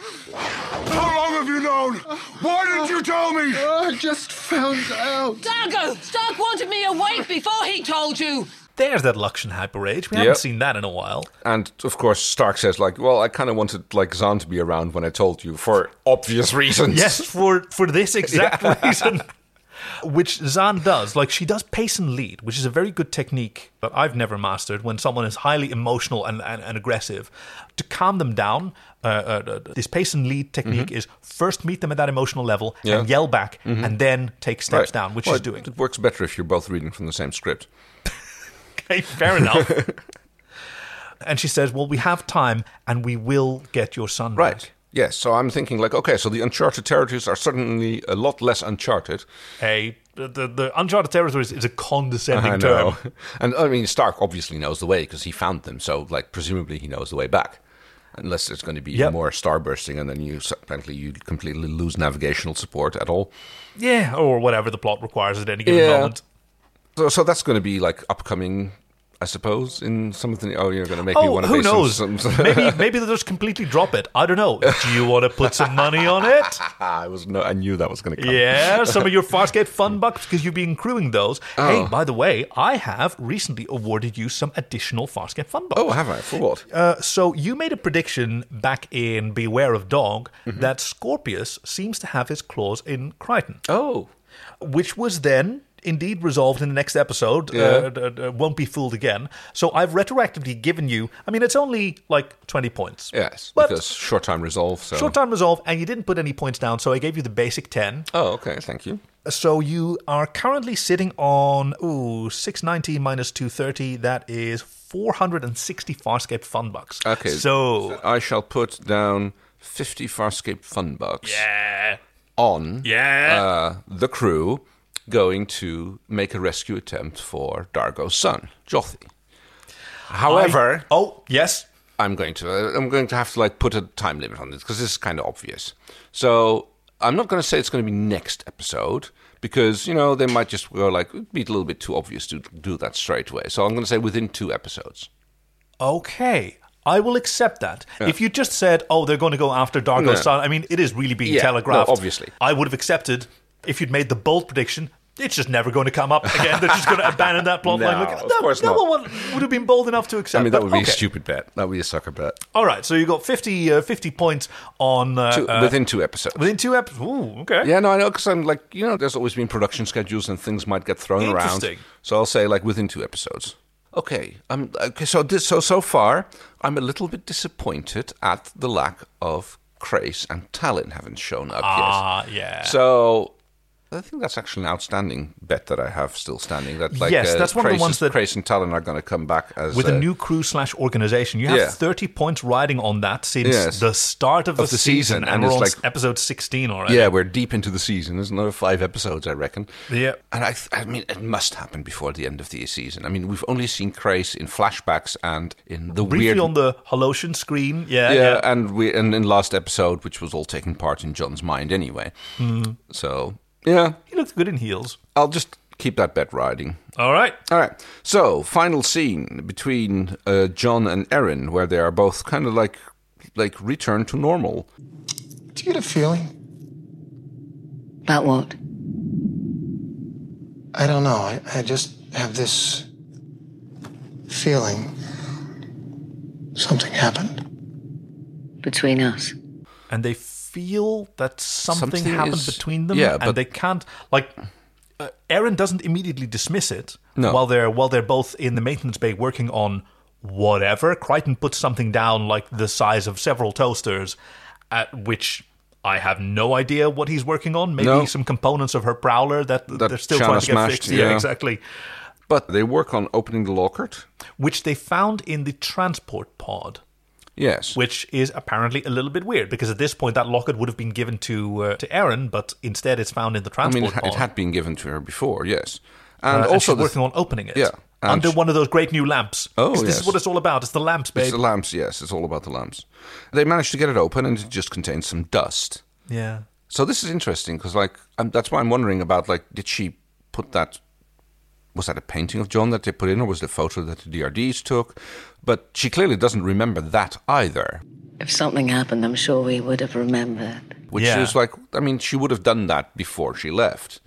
Speaker 13: How long have you known? Why didn't you tell me?
Speaker 8: Ah,
Speaker 13: I just found out.
Speaker 7: Dago! Stark wanted me awake before he told you!
Speaker 2: There's that Luxian hyperage. We
Speaker 1: Yep.
Speaker 2: haven't seen that in a while.
Speaker 1: And of course, Stark says, like, well, I kind of wanted like Zahn to be around when I told you for obvious reasons.
Speaker 2: Yes, (laughs) for for this
Speaker 1: (laughs)
Speaker 2: exact
Speaker 1: Yeah.
Speaker 2: reason. Which Zan does. Like, she does pace and lead, which is a very good technique that I've never mastered when someone is highly emotional and, and, and aggressive. To calm them down, uh, uh, uh, this pace and lead technique is first meet them at that emotional level and
Speaker 1: Mm-hmm. Yeah.
Speaker 2: yell back
Speaker 1: Mhm.
Speaker 2: and then take steps
Speaker 1: Right.
Speaker 2: down, which
Speaker 1: Well,
Speaker 2: she's
Speaker 1: it- (laughs)
Speaker 2: doing.
Speaker 1: It works better if you're both reading from the same script.
Speaker 2: Okay, fair enough. (laughs) and she says, Well, we have time and we will get your son right. back.
Speaker 1: Yes, so I'm thinking like, okay, so the uncharted territories are suddenly a lot less uncharted.
Speaker 2: Hey, the, the, the Uncharted Territories is a condescending
Speaker 1: I
Speaker 2: term.
Speaker 1: know. (laughs) And I mean, Stark obviously knows the way because he found them. So, like, presumably he knows the way back. Unless there's going to be more starbursting, and then you apparently you completely lose navigational support at all.
Speaker 2: Yeah, or whatever the plot requires at any given moment.
Speaker 1: So, so that's going to be like upcoming, I suppose. In some of the oh, you're going to make me
Speaker 2: oh,
Speaker 1: want to pay
Speaker 2: who
Speaker 1: some-
Speaker 2: knows?
Speaker 1: Some, (laughs)
Speaker 2: maybe maybe they'll just completely drop it. I don't know. Do you want to put some money on it?
Speaker 1: I was no, I knew that was going to come.
Speaker 2: Yeah, some of your Farscape fun bucks because you've been accruing those.
Speaker 1: Oh.
Speaker 2: Hey, by the way, I have recently awarded you some additional Farscape fun bucks.
Speaker 1: Oh, have I? For what?
Speaker 2: Uh, so you made a prediction back in Beware of Dog
Speaker 1: Mm-hmm.
Speaker 2: that Scorpius seems to have his claws in Crichton.
Speaker 1: Oh,
Speaker 2: which was then indeed resolved in the next episode.
Speaker 1: Yeah.
Speaker 2: Uh, d- d- won't be fooled again. So I've retroactively given you. I mean, it's only like twenty points.
Speaker 1: Yes,
Speaker 2: But-
Speaker 1: because uh, short time resolve. So
Speaker 2: Short time resolve, and you didn't put any points down, so I gave you the basic ten.
Speaker 1: Oh, okay. Thank you.
Speaker 2: So you are currently sitting on ooh six ninety minus two thirty. That is four hundred and sixty Farscape fun bucks.
Speaker 1: Okay.
Speaker 2: So
Speaker 1: I shall put down 50 Farscape fun bucks
Speaker 2: yeah.
Speaker 1: on
Speaker 2: Yeah.
Speaker 1: uh, the crew going to make a rescue attempt for Dargo's son, Jothi. However,
Speaker 2: oh, yes.
Speaker 1: I'm going to uh, I'm going to have to like put a time limit on this because this is kind of obvious. So, I'm not going to say it's going to be next episode because, you know, they might just go like it'd be a little bit too obvious to do that straight away. So, I'm going to say within two episodes.
Speaker 2: Okay. I will accept that.
Speaker 1: Yeah.
Speaker 2: If you just said, "Oh, they're going to go after Dargo's
Speaker 1: No.
Speaker 2: son," I mean, it is really being
Speaker 1: Yeah, no,
Speaker 2: telegraphed.
Speaker 1: obviously.
Speaker 2: I would have accepted if you'd made the bold prediction. It's just never going to come up again. They're just going
Speaker 1: (laughs)
Speaker 2: to abandon that plot line.
Speaker 1: No,
Speaker 2: Look,
Speaker 1: of
Speaker 2: no,
Speaker 1: course
Speaker 2: no
Speaker 1: not.
Speaker 2: one would would have been bold enough to accept.
Speaker 1: I mean, that
Speaker 2: but
Speaker 1: would be
Speaker 2: okay.
Speaker 1: a stupid bet. That would be a sucker bet.
Speaker 2: All right, so you got 50, uh, 50 points on uh,
Speaker 1: Two-
Speaker 2: uh,
Speaker 1: within two episodes.
Speaker 2: Within two episodes. Ooh, okay.
Speaker 1: Yeah, no, I know because I'm like, you know, there's always been production schedules and things might get thrown around.
Speaker 2: Interesting.
Speaker 1: So I'll say like within two episodes. Okay, I'm okay. So this, so so far, I'm a little bit disappointed at the lack of Crace and Talon haven't shown up
Speaker 2: Ah,
Speaker 1: yet.
Speaker 2: yeah.
Speaker 1: So I think that's actually an outstanding bet that I have still standing. That like
Speaker 2: Yes,
Speaker 1: uh,
Speaker 2: that's one of the
Speaker 1: Trace-
Speaker 2: ones that-
Speaker 1: Trace and Talon are going to come back as
Speaker 2: with
Speaker 1: uh,
Speaker 2: a new crew slash organization. You have
Speaker 1: Yeah.
Speaker 2: 30 points riding on that since
Speaker 1: Yes.
Speaker 2: the start of,
Speaker 1: Of the season,
Speaker 2: and,
Speaker 1: and
Speaker 2: we're
Speaker 1: it's
Speaker 2: on
Speaker 1: like-
Speaker 2: s- episode 16 already.
Speaker 1: Yeah, we're deep into the season. There's another five episodes, I reckon.
Speaker 2: Yeah.
Speaker 1: And I, th- I mean, it must happen before the end of the season. I mean, we've only seen Crace in flashbacks and in the
Speaker 2: Briefly
Speaker 1: weird.
Speaker 2: on the Holosian screen. Yeah,
Speaker 1: yeah,
Speaker 2: yeah.
Speaker 1: and we and in last episode, which was all taking part in John's mind anyway.
Speaker 2: Mhm.
Speaker 1: So yeah,
Speaker 2: he looks good in heels.
Speaker 1: I'll just keep that bet riding.
Speaker 2: All right.
Speaker 1: All right. So, final scene between uh, John and Erin, where they are both kind of like like return to normal.
Speaker 5: Do you get a feeling?
Speaker 9: About what?
Speaker 5: I don't know. I, I just have this feeling something happened.
Speaker 9: Between us.
Speaker 2: And they feel that something,
Speaker 9: Something
Speaker 2: happened
Speaker 9: is-
Speaker 2: between them.
Speaker 1: yeah, but-
Speaker 2: and they can't like. Uh, Aaron doesn't immediately dismiss it
Speaker 1: No.
Speaker 2: while they're while they're both in the maintenance bay working on whatever. Crichton puts something down like the size of several toasters, at which. I have no idea what he's working on. Maybe
Speaker 1: No.
Speaker 2: some components of her prowler that, they're still
Speaker 1: Shanna
Speaker 2: trying to get
Speaker 1: smashed,
Speaker 2: fixed. Yeah,
Speaker 1: yeah.
Speaker 2: exactly.
Speaker 1: But they work on opening the lockert.
Speaker 2: Which they found in the transport pod.
Speaker 1: Yes.
Speaker 2: Which is apparently a little bit weird because at this point that locket would have been given to uh, to Aaron, but instead it's found in the
Speaker 1: I mean,
Speaker 2: transport
Speaker 1: it, ha-
Speaker 2: pod.
Speaker 1: it had been given to her before. Yes.
Speaker 2: Uh,
Speaker 1: And
Speaker 2: and
Speaker 1: also
Speaker 2: she's
Speaker 1: the-
Speaker 2: working on opening it
Speaker 1: Yeah. and
Speaker 2: under
Speaker 1: she-
Speaker 2: one of those great new lamps.
Speaker 1: Oh,
Speaker 2: 'Cause This
Speaker 1: yes.
Speaker 2: is what it's all about. It's the lamps, babe.
Speaker 1: It's the lamps, yes. It's all about the lamps. They managed to get it open, and it just contains some dust.
Speaker 2: yeah.
Speaker 1: So this is interesting because, like, um, that's why I'm wondering about, like, did she put that? Was that a painting of John that they put in, or was it a photo that the DRDs took? But she clearly doesn't remember that either,
Speaker 9: If something happened, I'm sure we would have remembered.
Speaker 1: which
Speaker 9: Yeah.
Speaker 1: is like, I mean, she would have done that before she left.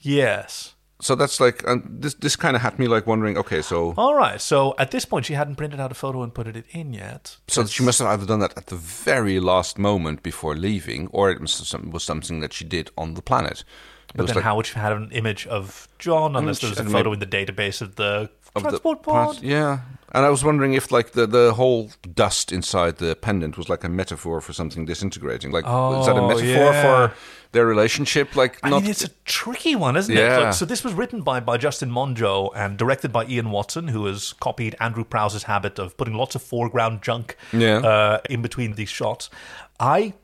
Speaker 2: Yes.
Speaker 1: So that's like um, this. This kind of had me like wondering. Okay, so
Speaker 2: All right. So at this point, she hadn't printed out a photo and put it in yet.
Speaker 1: So she must have either done that at the very last moment before leaving, or it must have some, was something that she did on the planet. It
Speaker 2: But
Speaker 1: was
Speaker 2: then,
Speaker 1: like-
Speaker 2: how would she have an image of
Speaker 1: I
Speaker 2: John
Speaker 1: mean,
Speaker 2: unless there was a
Speaker 1: she-
Speaker 2: photo in the database of the
Speaker 1: of the
Speaker 2: transport pod?
Speaker 1: plant- yeah. And I was wondering if like the, the whole dust inside the pendant was like a metaphor for something disintegrating. Like is that a
Speaker 2: Oh,
Speaker 1: metaphor
Speaker 2: yeah.
Speaker 1: for their relationship? Like
Speaker 2: I
Speaker 1: not
Speaker 2: mean, it's a tricky one, isn't it?
Speaker 1: Yeah.
Speaker 2: Like, so this was written by, by Justin Monjo and directed by Ian Watson, who has copied Andrew Prowse's habit of putting lots of foreground junk
Speaker 1: Yeah.
Speaker 2: uh, in between these shots. I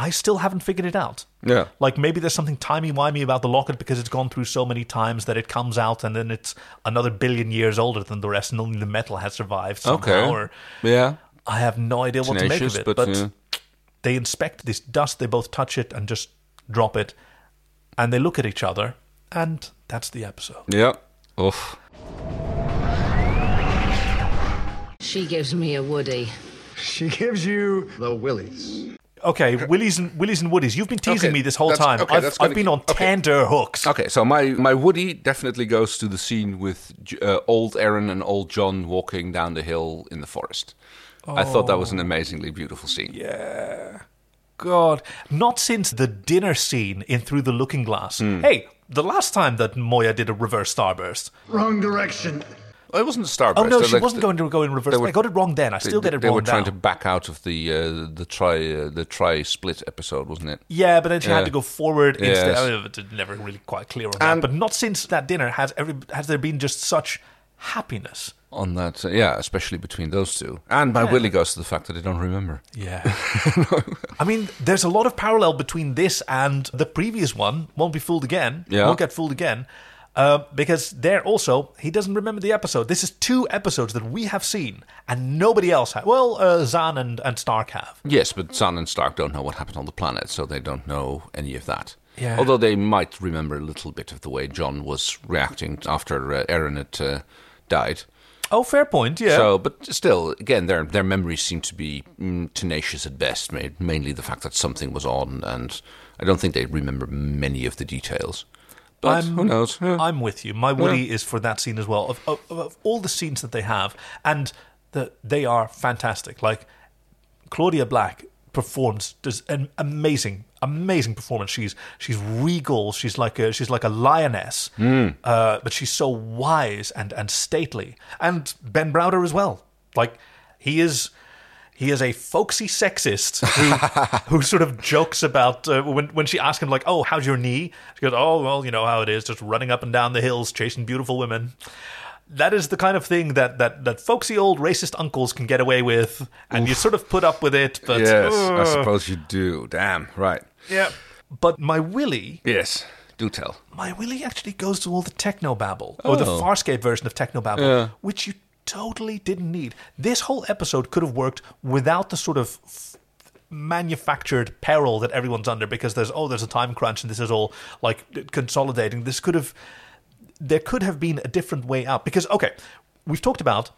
Speaker 2: I still haven't figured it out.
Speaker 1: Yeah.
Speaker 2: Like maybe there's something timey-wimey about the locket because it's gone through so many times that it comes out and then it's another billion years older than the rest and only the metal has survived somehow.
Speaker 1: Okay.
Speaker 2: Or
Speaker 1: Yeah.
Speaker 2: I have no idea what to make
Speaker 1: Tenacious,
Speaker 2: of it.
Speaker 1: but,
Speaker 2: But,
Speaker 1: yeah.
Speaker 2: they inspect this dust, they both touch it and just drop it, and they look at each other, and that's the episode.
Speaker 1: Yeah. Oof.
Speaker 10: She gives me a Woody.
Speaker 17: She gives you the willies.
Speaker 2: Okay, Willies and Willies and Woodies, you've been teasing
Speaker 1: Okay,
Speaker 2: me this whole
Speaker 1: that's-
Speaker 2: time.
Speaker 1: okay,
Speaker 2: I've,
Speaker 1: that's
Speaker 2: I've
Speaker 1: gonna
Speaker 2: been
Speaker 1: keep-
Speaker 2: on tender hooks.
Speaker 1: Okay, so my, my Woody definitely goes to the scene with J- uh, old Aaron and old John walking down the hill in the forest. I thought that was an amazingly beautiful scene.
Speaker 2: Oh. Yeah. God, not since the dinner scene in Through the Looking Glass.
Speaker 1: Hmm.
Speaker 2: Hey, the last time that Moya did a reverse starburst.
Speaker 17: Wrong direction.
Speaker 1: It wasn't a starburst.
Speaker 2: Oh no,
Speaker 1: They,
Speaker 2: she
Speaker 1: like,
Speaker 2: wasn't going to go in reverse.
Speaker 1: they were-
Speaker 2: I got it wrong then. I still
Speaker 1: they,
Speaker 2: get it
Speaker 1: they
Speaker 2: wrong
Speaker 1: were
Speaker 2: now.
Speaker 1: trying to back out of the uh, the try uh, the try split episode, wasn't it?
Speaker 2: Yeah, but then she
Speaker 1: Yeah.
Speaker 2: had to go forward
Speaker 1: Yes.
Speaker 2: instead. I was never really quite clear on that. But not since that dinner has every has there been just such happiness.
Speaker 1: on that. uh, yeah, especially between those two. And my
Speaker 2: Yeah.
Speaker 1: Willie goes to the fact that I don't remember. (laughs)
Speaker 2: Yeah. I mean, there's a lot of parallel between this and the previous one. Won't be fooled again.
Speaker 1: Yeah.
Speaker 2: Won't get fooled again. Uh, because there also, he doesn't remember the episode. This is two episodes that we have seen and nobody else has. Well, uh, Zan and, and Stark have.
Speaker 1: Yes, but Zan and Stark don't know what happened on the planet, so they don't know any of that.
Speaker 2: Yeah.
Speaker 1: Although they might remember a little bit of the way John was reacting after uh, Aaron had uh, died.
Speaker 2: Oh, fair point, yeah.
Speaker 1: So, but still, again, their their memories seem to be mm, tenacious at best. ma- Mainly the fact that something was on, and I don't think they remember many of the details. But
Speaker 2: I'm,
Speaker 1: who knows?
Speaker 2: I'm with you. My Woody
Speaker 1: Yeah.
Speaker 2: is for that scene as well. Of, of, of all the scenes that they have, and the, they are fantastic. Like Claudia Black performs does an amazing, amazing performance. She's she's regal. She's like a she's like a lioness,
Speaker 1: Mm.
Speaker 2: uh, but she's so wise and and stately. And Ben Browder as well. Like he is. He is a folksy sexist who, who sort of jokes about uh, when when she asks him like, "Oh, how's your knee?" She goes, "Oh, well, you know how it is, just running up and down the hills chasing beautiful women." That is the kind of thing that that that folksy old racist uncles can get away with, and you sort of put up with it. But
Speaker 1: yes, I
Speaker 2: (laughs) Ugh.
Speaker 1: suppose you do. Damn, right.
Speaker 2: Yeah. But my Willie,
Speaker 1: Yes, do tell.
Speaker 2: my Willie actually goes to all the technobabble or the
Speaker 1: Oh.
Speaker 2: Farscape version of technobabble,
Speaker 1: Yeah.
Speaker 2: which you totally didn't need. This whole episode could have worked without the sort of f- manufactured peril that everyone's under because there's oh there's a time crunch and this is all like consolidating. This could have there could have been a different way out because okay, we've talked about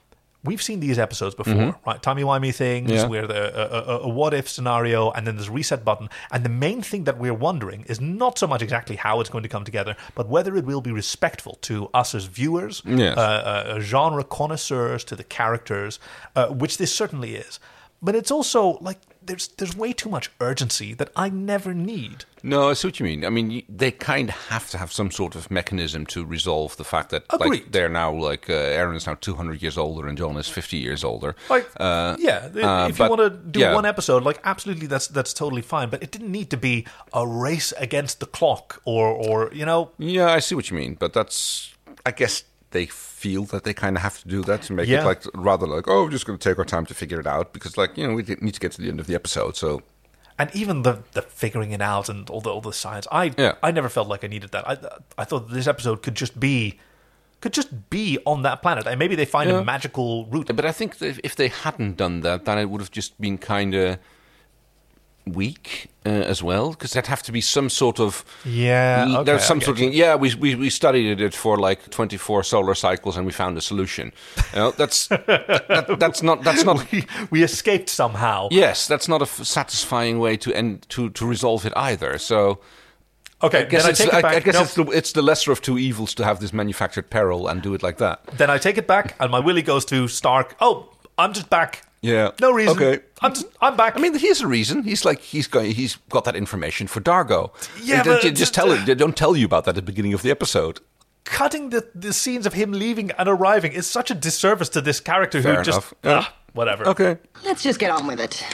Speaker 2: we've seen these episodes before,
Speaker 1: Mhm.
Speaker 2: right? Timey wimey things
Speaker 1: Yeah.
Speaker 2: where the a, a, a what if scenario and then there's a reset button, and the main thing that we're wondering is not so much exactly how it's going to come together, but whether it will be respectful to us as viewers,
Speaker 1: Yes.
Speaker 2: uh, uh, uh, genre connoisseurs, to the characters, uh, which this certainly is. But it's also like there's there's way too much urgency that I never need.
Speaker 1: No, I see what you mean. I mean, y- they kind of have to have some sort of mechanism to resolve the fact that like
Speaker 2: Agreed.
Speaker 1: they're now like uh, Aaron is now two hundred years older and John is fifty years older.
Speaker 2: Like,
Speaker 1: uh,
Speaker 2: yeah, if
Speaker 1: uh,
Speaker 2: if you
Speaker 1: but-
Speaker 2: want to do
Speaker 1: yeah.
Speaker 2: one episode, like absolutely, that's that's totally fine. But it didn't need to be a race against the clock, or or you know,
Speaker 1: Yeah, I see what you mean, but that's I guess they feel that they kind of have to do that to make it
Speaker 2: Yeah.
Speaker 1: like rather like oh we're just going to take our time to figure it out because like you know we need to get to the end of the episode so
Speaker 2: and even the the figuring it out and all the all the science. I
Speaker 1: Yeah.
Speaker 2: I never felt like I needed that. I I thought this episode could just be could just be on that planet, and maybe they find
Speaker 1: Yeah.
Speaker 2: a magical route.
Speaker 1: But I think that if- if they hadn't done that, then it would have just been kind of weak uh, as well, because that'd have to be some sort of
Speaker 2: Yeah,
Speaker 1: l-
Speaker 2: okay,
Speaker 1: there's
Speaker 2: I
Speaker 1: some
Speaker 2: get
Speaker 1: sort of yeah. We, we we studied it for like 24 solar cycles, and we found a solution. You know,
Speaker 2: (laughs)
Speaker 1: that's that, that's not that's not
Speaker 2: we, we escaped somehow.
Speaker 1: Yes, that's not a f- satisfying way to end to to resolve it either. So.
Speaker 2: Okay,
Speaker 1: I guess,
Speaker 2: then I
Speaker 1: it's,
Speaker 2: take it
Speaker 1: I,
Speaker 2: back.
Speaker 1: I guess
Speaker 2: No.
Speaker 1: it's, the, it's the lesser of two evils to have this manufactured peril and do it like that.
Speaker 2: Then I take it back, and my Willie goes to Stark. Oh, I'm just back.
Speaker 1: Yeah.
Speaker 2: No reason.
Speaker 1: Okay.
Speaker 2: I'm just, I'm back.
Speaker 1: I mean, here's a reason. He's like he's going. He's got that information for Dargo.
Speaker 2: Yeah,
Speaker 1: They- they-
Speaker 2: but-
Speaker 1: just tell him. They don't tell you about that at the beginning of the episode.
Speaker 2: Cutting the, the scenes of him leaving and arriving is such a disservice to this character
Speaker 1: Fair
Speaker 2: who just
Speaker 1: enough. Yeah.
Speaker 2: Ah, whatever.
Speaker 1: Okay.
Speaker 18: Let's just get on with it.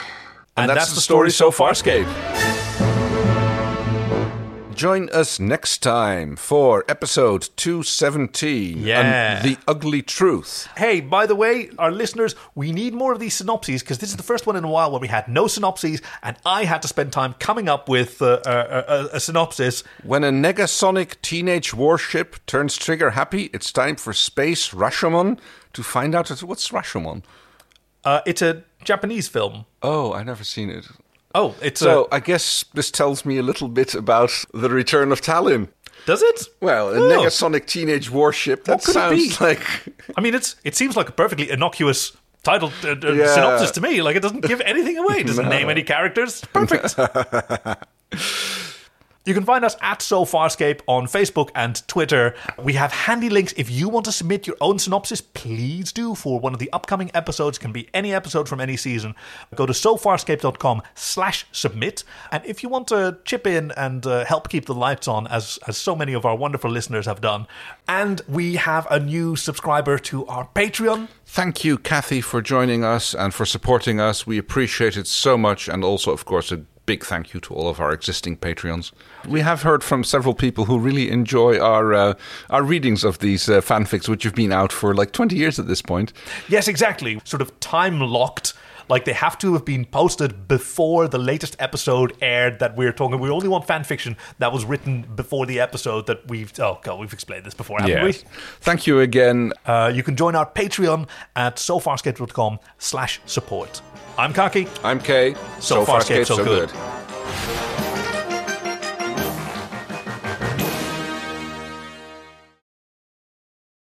Speaker 2: And, that's, the story so far, Scape.
Speaker 1: Join us next time for episode two seventeen.
Speaker 2: Yeah.
Speaker 1: the ugly truth.
Speaker 2: Hey, by the way, our listeners, we need more of these synopses because this is the first one in a while where we had no synopses, and I had to spend time coming up with uh, a, a, a synopsis.
Speaker 1: When a negasonic teenage warship turns trigger happy, it's time for space Rashomon to find out it's- what's Rashomon.
Speaker 2: Uh, it's a Japanese film.
Speaker 1: Oh, I've never seen it.
Speaker 2: Oh, it's
Speaker 1: so.
Speaker 2: a.
Speaker 1: I guess this tells me a little bit about the return of Talon.
Speaker 2: Does it?
Speaker 1: Well, a
Speaker 2: Oh.
Speaker 1: negasonic teenage warship. That
Speaker 2: What could it be?
Speaker 1: sounds like
Speaker 2: I mean, it's it seems like a perfectly innocuous title uh, uh,
Speaker 1: Yeah.
Speaker 2: synopsis to me. Like it doesn't give anything away. It doesn't
Speaker 1: No.
Speaker 2: name any characters. Perfect. You can find us at So Farscape on Facebook and Twitter. We have handy links if you want to submit your own synopsis, please do for one of the upcoming episodes. Can be any episode from any season. Go to sofarscape.com slash submit. And if you want to chip in and uh, help keep the lights on, as, as so many of our wonderful listeners have done. And we have a new subscriber to our Patreon.
Speaker 1: Thank you, Kathy, for joining us and for supporting us. We appreciate it so much. And also, of course, a big thank you to all of our existing Patreons. We have heard from several people who really enjoy our uh, our readings of these uh, fanfics, which have been out for like 20 years at this point.
Speaker 2: Yes, exactly. Sort of time locked. Like they have to have been posted before the latest episode aired that we're talking. We only want fan fiction that was written before the episode that we've. Oh god, we've explained this before, haven't
Speaker 1: Yes. Thank you again.
Speaker 2: we? Uh, you can join our Patreon at sofarscape.com slash support. I'm Kaki.
Speaker 1: I'm Kay.
Speaker 2: So, far, Scape's so, good.